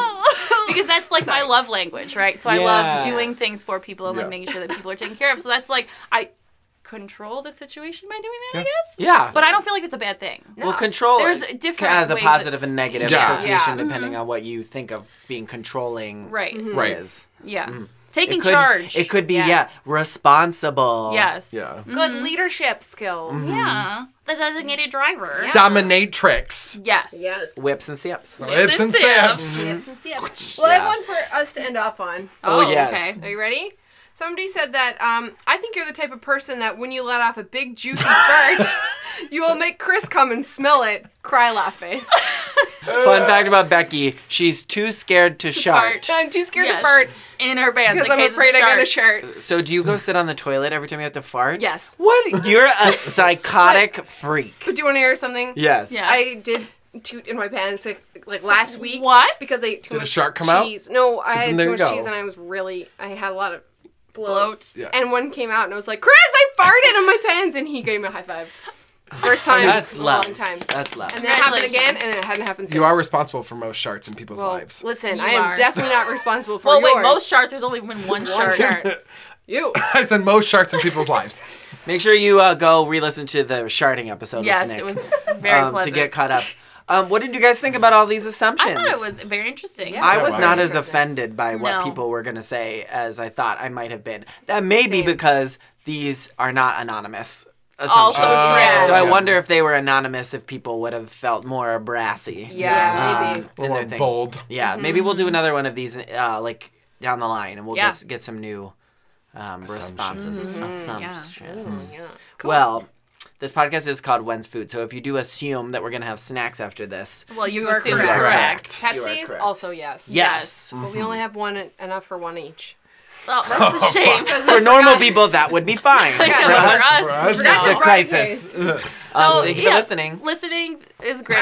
[SPEAKER 2] because that's like my love language, right? So I
[SPEAKER 3] Yeah.
[SPEAKER 2] love doing things for people and
[SPEAKER 1] Yeah.
[SPEAKER 2] like making sure that people are taken care of. So that's like I control the situation by doing that, I
[SPEAKER 1] Yeah.
[SPEAKER 2] guess.
[SPEAKER 3] Yeah.
[SPEAKER 2] But I don't feel like it's a bad thing.
[SPEAKER 3] well, control.
[SPEAKER 2] There's
[SPEAKER 3] it
[SPEAKER 2] different
[SPEAKER 3] has a
[SPEAKER 2] ways that- Mm-hmm.
[SPEAKER 3] positive and negative
[SPEAKER 1] Yeah.
[SPEAKER 3] association
[SPEAKER 4] Yeah.
[SPEAKER 3] depending on what you think of being controlling.
[SPEAKER 2] Right.
[SPEAKER 4] Mm-hmm.
[SPEAKER 1] Right.
[SPEAKER 3] Is.
[SPEAKER 2] Yeah.
[SPEAKER 3] Mm-hmm. It
[SPEAKER 2] Taking
[SPEAKER 3] could,
[SPEAKER 2] charge.
[SPEAKER 3] It could be
[SPEAKER 4] Yes.
[SPEAKER 3] yeah responsible.
[SPEAKER 2] Yes.
[SPEAKER 1] Yeah.
[SPEAKER 4] Good leadership skills.
[SPEAKER 2] Yeah. The designated driver.
[SPEAKER 4] Yeah.
[SPEAKER 1] Dominatrix.
[SPEAKER 2] Yes.
[SPEAKER 3] Whips and sips.
[SPEAKER 1] Lips and sips.
[SPEAKER 4] Yips and sips. Well, I
[SPEAKER 3] Yeah.
[SPEAKER 4] have one for us to end off on.
[SPEAKER 3] Oh, yes.
[SPEAKER 4] Are you ready? Somebody said that um, I think you're the type of person that when you let off a big juicy fart, you will make Chris come and smell it, cry laugh face.
[SPEAKER 3] Fun fact about Becky: she's too scared to shart.
[SPEAKER 2] fart.
[SPEAKER 4] I'm too scared
[SPEAKER 2] Yes.
[SPEAKER 4] to fart
[SPEAKER 2] In our band.
[SPEAKER 4] because
[SPEAKER 2] the
[SPEAKER 4] I'm
[SPEAKER 2] case
[SPEAKER 4] afraid
[SPEAKER 2] of
[SPEAKER 4] I'm gonna
[SPEAKER 2] shark.
[SPEAKER 4] shart.
[SPEAKER 3] So do you go sit on the toilet every time you have to fart?
[SPEAKER 4] Yes.
[SPEAKER 3] What? You're a psychotic freak.
[SPEAKER 4] But do you want to hear something?
[SPEAKER 3] Yes.
[SPEAKER 2] Yeah.
[SPEAKER 4] I did toot in my pants like, like last week.
[SPEAKER 2] What?
[SPEAKER 4] Because I ate too
[SPEAKER 1] Did a
[SPEAKER 4] much
[SPEAKER 1] shark come out?
[SPEAKER 4] cheese. No, I
[SPEAKER 1] then there
[SPEAKER 4] had too
[SPEAKER 1] you
[SPEAKER 4] much
[SPEAKER 1] go.
[SPEAKER 4] cheese and I was really I had a lot of bloat.
[SPEAKER 2] Bloat.
[SPEAKER 1] Yeah.
[SPEAKER 4] And one came out and I was like, Chris, I farted on my pants and he gave me a high five. It's the first time
[SPEAKER 3] That's
[SPEAKER 4] in a
[SPEAKER 3] love.
[SPEAKER 4] long time.
[SPEAKER 3] That's love.
[SPEAKER 4] And then it happened
[SPEAKER 2] Congratulations.
[SPEAKER 4] again and it hadn't happened since.
[SPEAKER 1] You are responsible for most sharts in people's
[SPEAKER 4] well,
[SPEAKER 1] lives.
[SPEAKER 4] Listen,
[SPEAKER 2] You
[SPEAKER 4] I am
[SPEAKER 2] are.
[SPEAKER 4] definitely not responsible for
[SPEAKER 2] Well,
[SPEAKER 4] yours.
[SPEAKER 2] wait, most sharks, there's only been one
[SPEAKER 4] One
[SPEAKER 2] shark.
[SPEAKER 4] shark. you.
[SPEAKER 1] I said most sharts in people's lives.
[SPEAKER 3] Make sure you uh, go re-listen to the sharding episode. with
[SPEAKER 2] Yes,
[SPEAKER 3] Nick,
[SPEAKER 2] it was very
[SPEAKER 3] um, to
[SPEAKER 2] pleasant.
[SPEAKER 3] get caught up. Um, what did you guys think about all these
[SPEAKER 2] I
[SPEAKER 3] assumptions?
[SPEAKER 2] thought it was very interesting.
[SPEAKER 4] Yeah.
[SPEAKER 3] I was
[SPEAKER 1] Wow.
[SPEAKER 3] not as
[SPEAKER 4] Interesting.
[SPEAKER 3] offended by what
[SPEAKER 2] No.
[SPEAKER 3] people were going to say as I thought I might have been. That may be
[SPEAKER 4] Same.
[SPEAKER 3] because these are not anonymous
[SPEAKER 2] Also
[SPEAKER 3] assumptions.
[SPEAKER 1] Oh,
[SPEAKER 2] trash.
[SPEAKER 3] so I
[SPEAKER 1] yeah.
[SPEAKER 3] wonder if they were anonymous, if people would have felt more brassy.
[SPEAKER 4] Yeah,
[SPEAKER 3] um,
[SPEAKER 4] maybe.
[SPEAKER 3] in their
[SPEAKER 1] Or
[SPEAKER 3] thing.
[SPEAKER 1] bold.
[SPEAKER 3] Yeah,
[SPEAKER 2] Mm-hmm.
[SPEAKER 3] maybe we'll do another one of these uh, like down the line, and we'll
[SPEAKER 2] Yeah. Mm-hmm.
[SPEAKER 3] get, get some new um, responses. Assumptions.
[SPEAKER 4] Yeah.
[SPEAKER 3] Well, this podcast is called When's Food, so if you do assume that we're gonna have snacks after this,
[SPEAKER 2] Well, you,
[SPEAKER 4] You are
[SPEAKER 2] assumed
[SPEAKER 4] correct.
[SPEAKER 2] correct.
[SPEAKER 3] Correct.
[SPEAKER 1] You are
[SPEAKER 4] Pepsi's
[SPEAKER 1] correct.
[SPEAKER 4] also yes.
[SPEAKER 3] yes.
[SPEAKER 4] But we only have one enough for one each.
[SPEAKER 2] Oh, that's a shame.
[SPEAKER 3] For normal people, that would be fine.
[SPEAKER 2] Yeah,
[SPEAKER 3] For us,
[SPEAKER 2] for
[SPEAKER 1] us,
[SPEAKER 2] us,
[SPEAKER 1] for
[SPEAKER 2] no.
[SPEAKER 3] it's a
[SPEAKER 4] Surprise
[SPEAKER 3] crisis. um, thank you for
[SPEAKER 2] yeah,
[SPEAKER 3] listening.
[SPEAKER 2] Listening is great.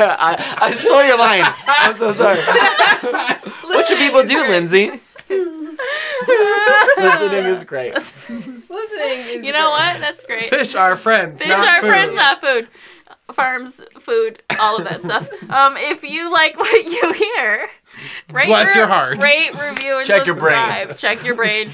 [SPEAKER 3] I, I stole your line. I'm so sorry. what should people do, Lindsay? listening is great.
[SPEAKER 4] Listening is
[SPEAKER 2] you know what? That's great.
[SPEAKER 1] Fish are friends.
[SPEAKER 2] Fish
[SPEAKER 1] not
[SPEAKER 2] are
[SPEAKER 1] food.
[SPEAKER 2] friends, not food. Farms, food, all of that stuff. Um, if you like what you hear, rate,
[SPEAKER 1] Bless your heart.
[SPEAKER 2] Rate, review, and
[SPEAKER 3] Check your
[SPEAKER 2] subscribe.
[SPEAKER 3] brain.
[SPEAKER 2] Check your brain.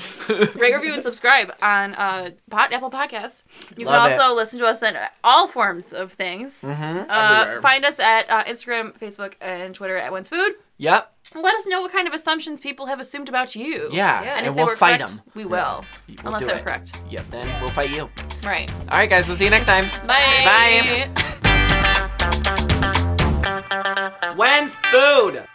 [SPEAKER 2] rate, review, and subscribe on uh, Pot Apple Podcasts. You
[SPEAKER 3] Love Mm-hmm.
[SPEAKER 2] can also listen to us in all forms of things. Uh,
[SPEAKER 1] Everywhere.
[SPEAKER 2] find us at uh, Instagram, Facebook, and Twitter at When's Food.
[SPEAKER 3] Yep.
[SPEAKER 2] Let us know what kind of assumptions people have assumed about you.
[SPEAKER 3] Yeah.
[SPEAKER 4] Yeah,
[SPEAKER 2] And,
[SPEAKER 3] and
[SPEAKER 2] if
[SPEAKER 3] we'll
[SPEAKER 2] they were
[SPEAKER 3] fight
[SPEAKER 2] correct,
[SPEAKER 3] them.
[SPEAKER 2] we will.
[SPEAKER 3] We'll
[SPEAKER 2] Unless
[SPEAKER 3] do
[SPEAKER 2] they're
[SPEAKER 3] it.
[SPEAKER 2] correct.
[SPEAKER 3] Yep. Then we'll fight you.
[SPEAKER 2] Right.
[SPEAKER 3] All right, guys. We'll see you next time.
[SPEAKER 2] Bye.
[SPEAKER 3] Bye. When's food?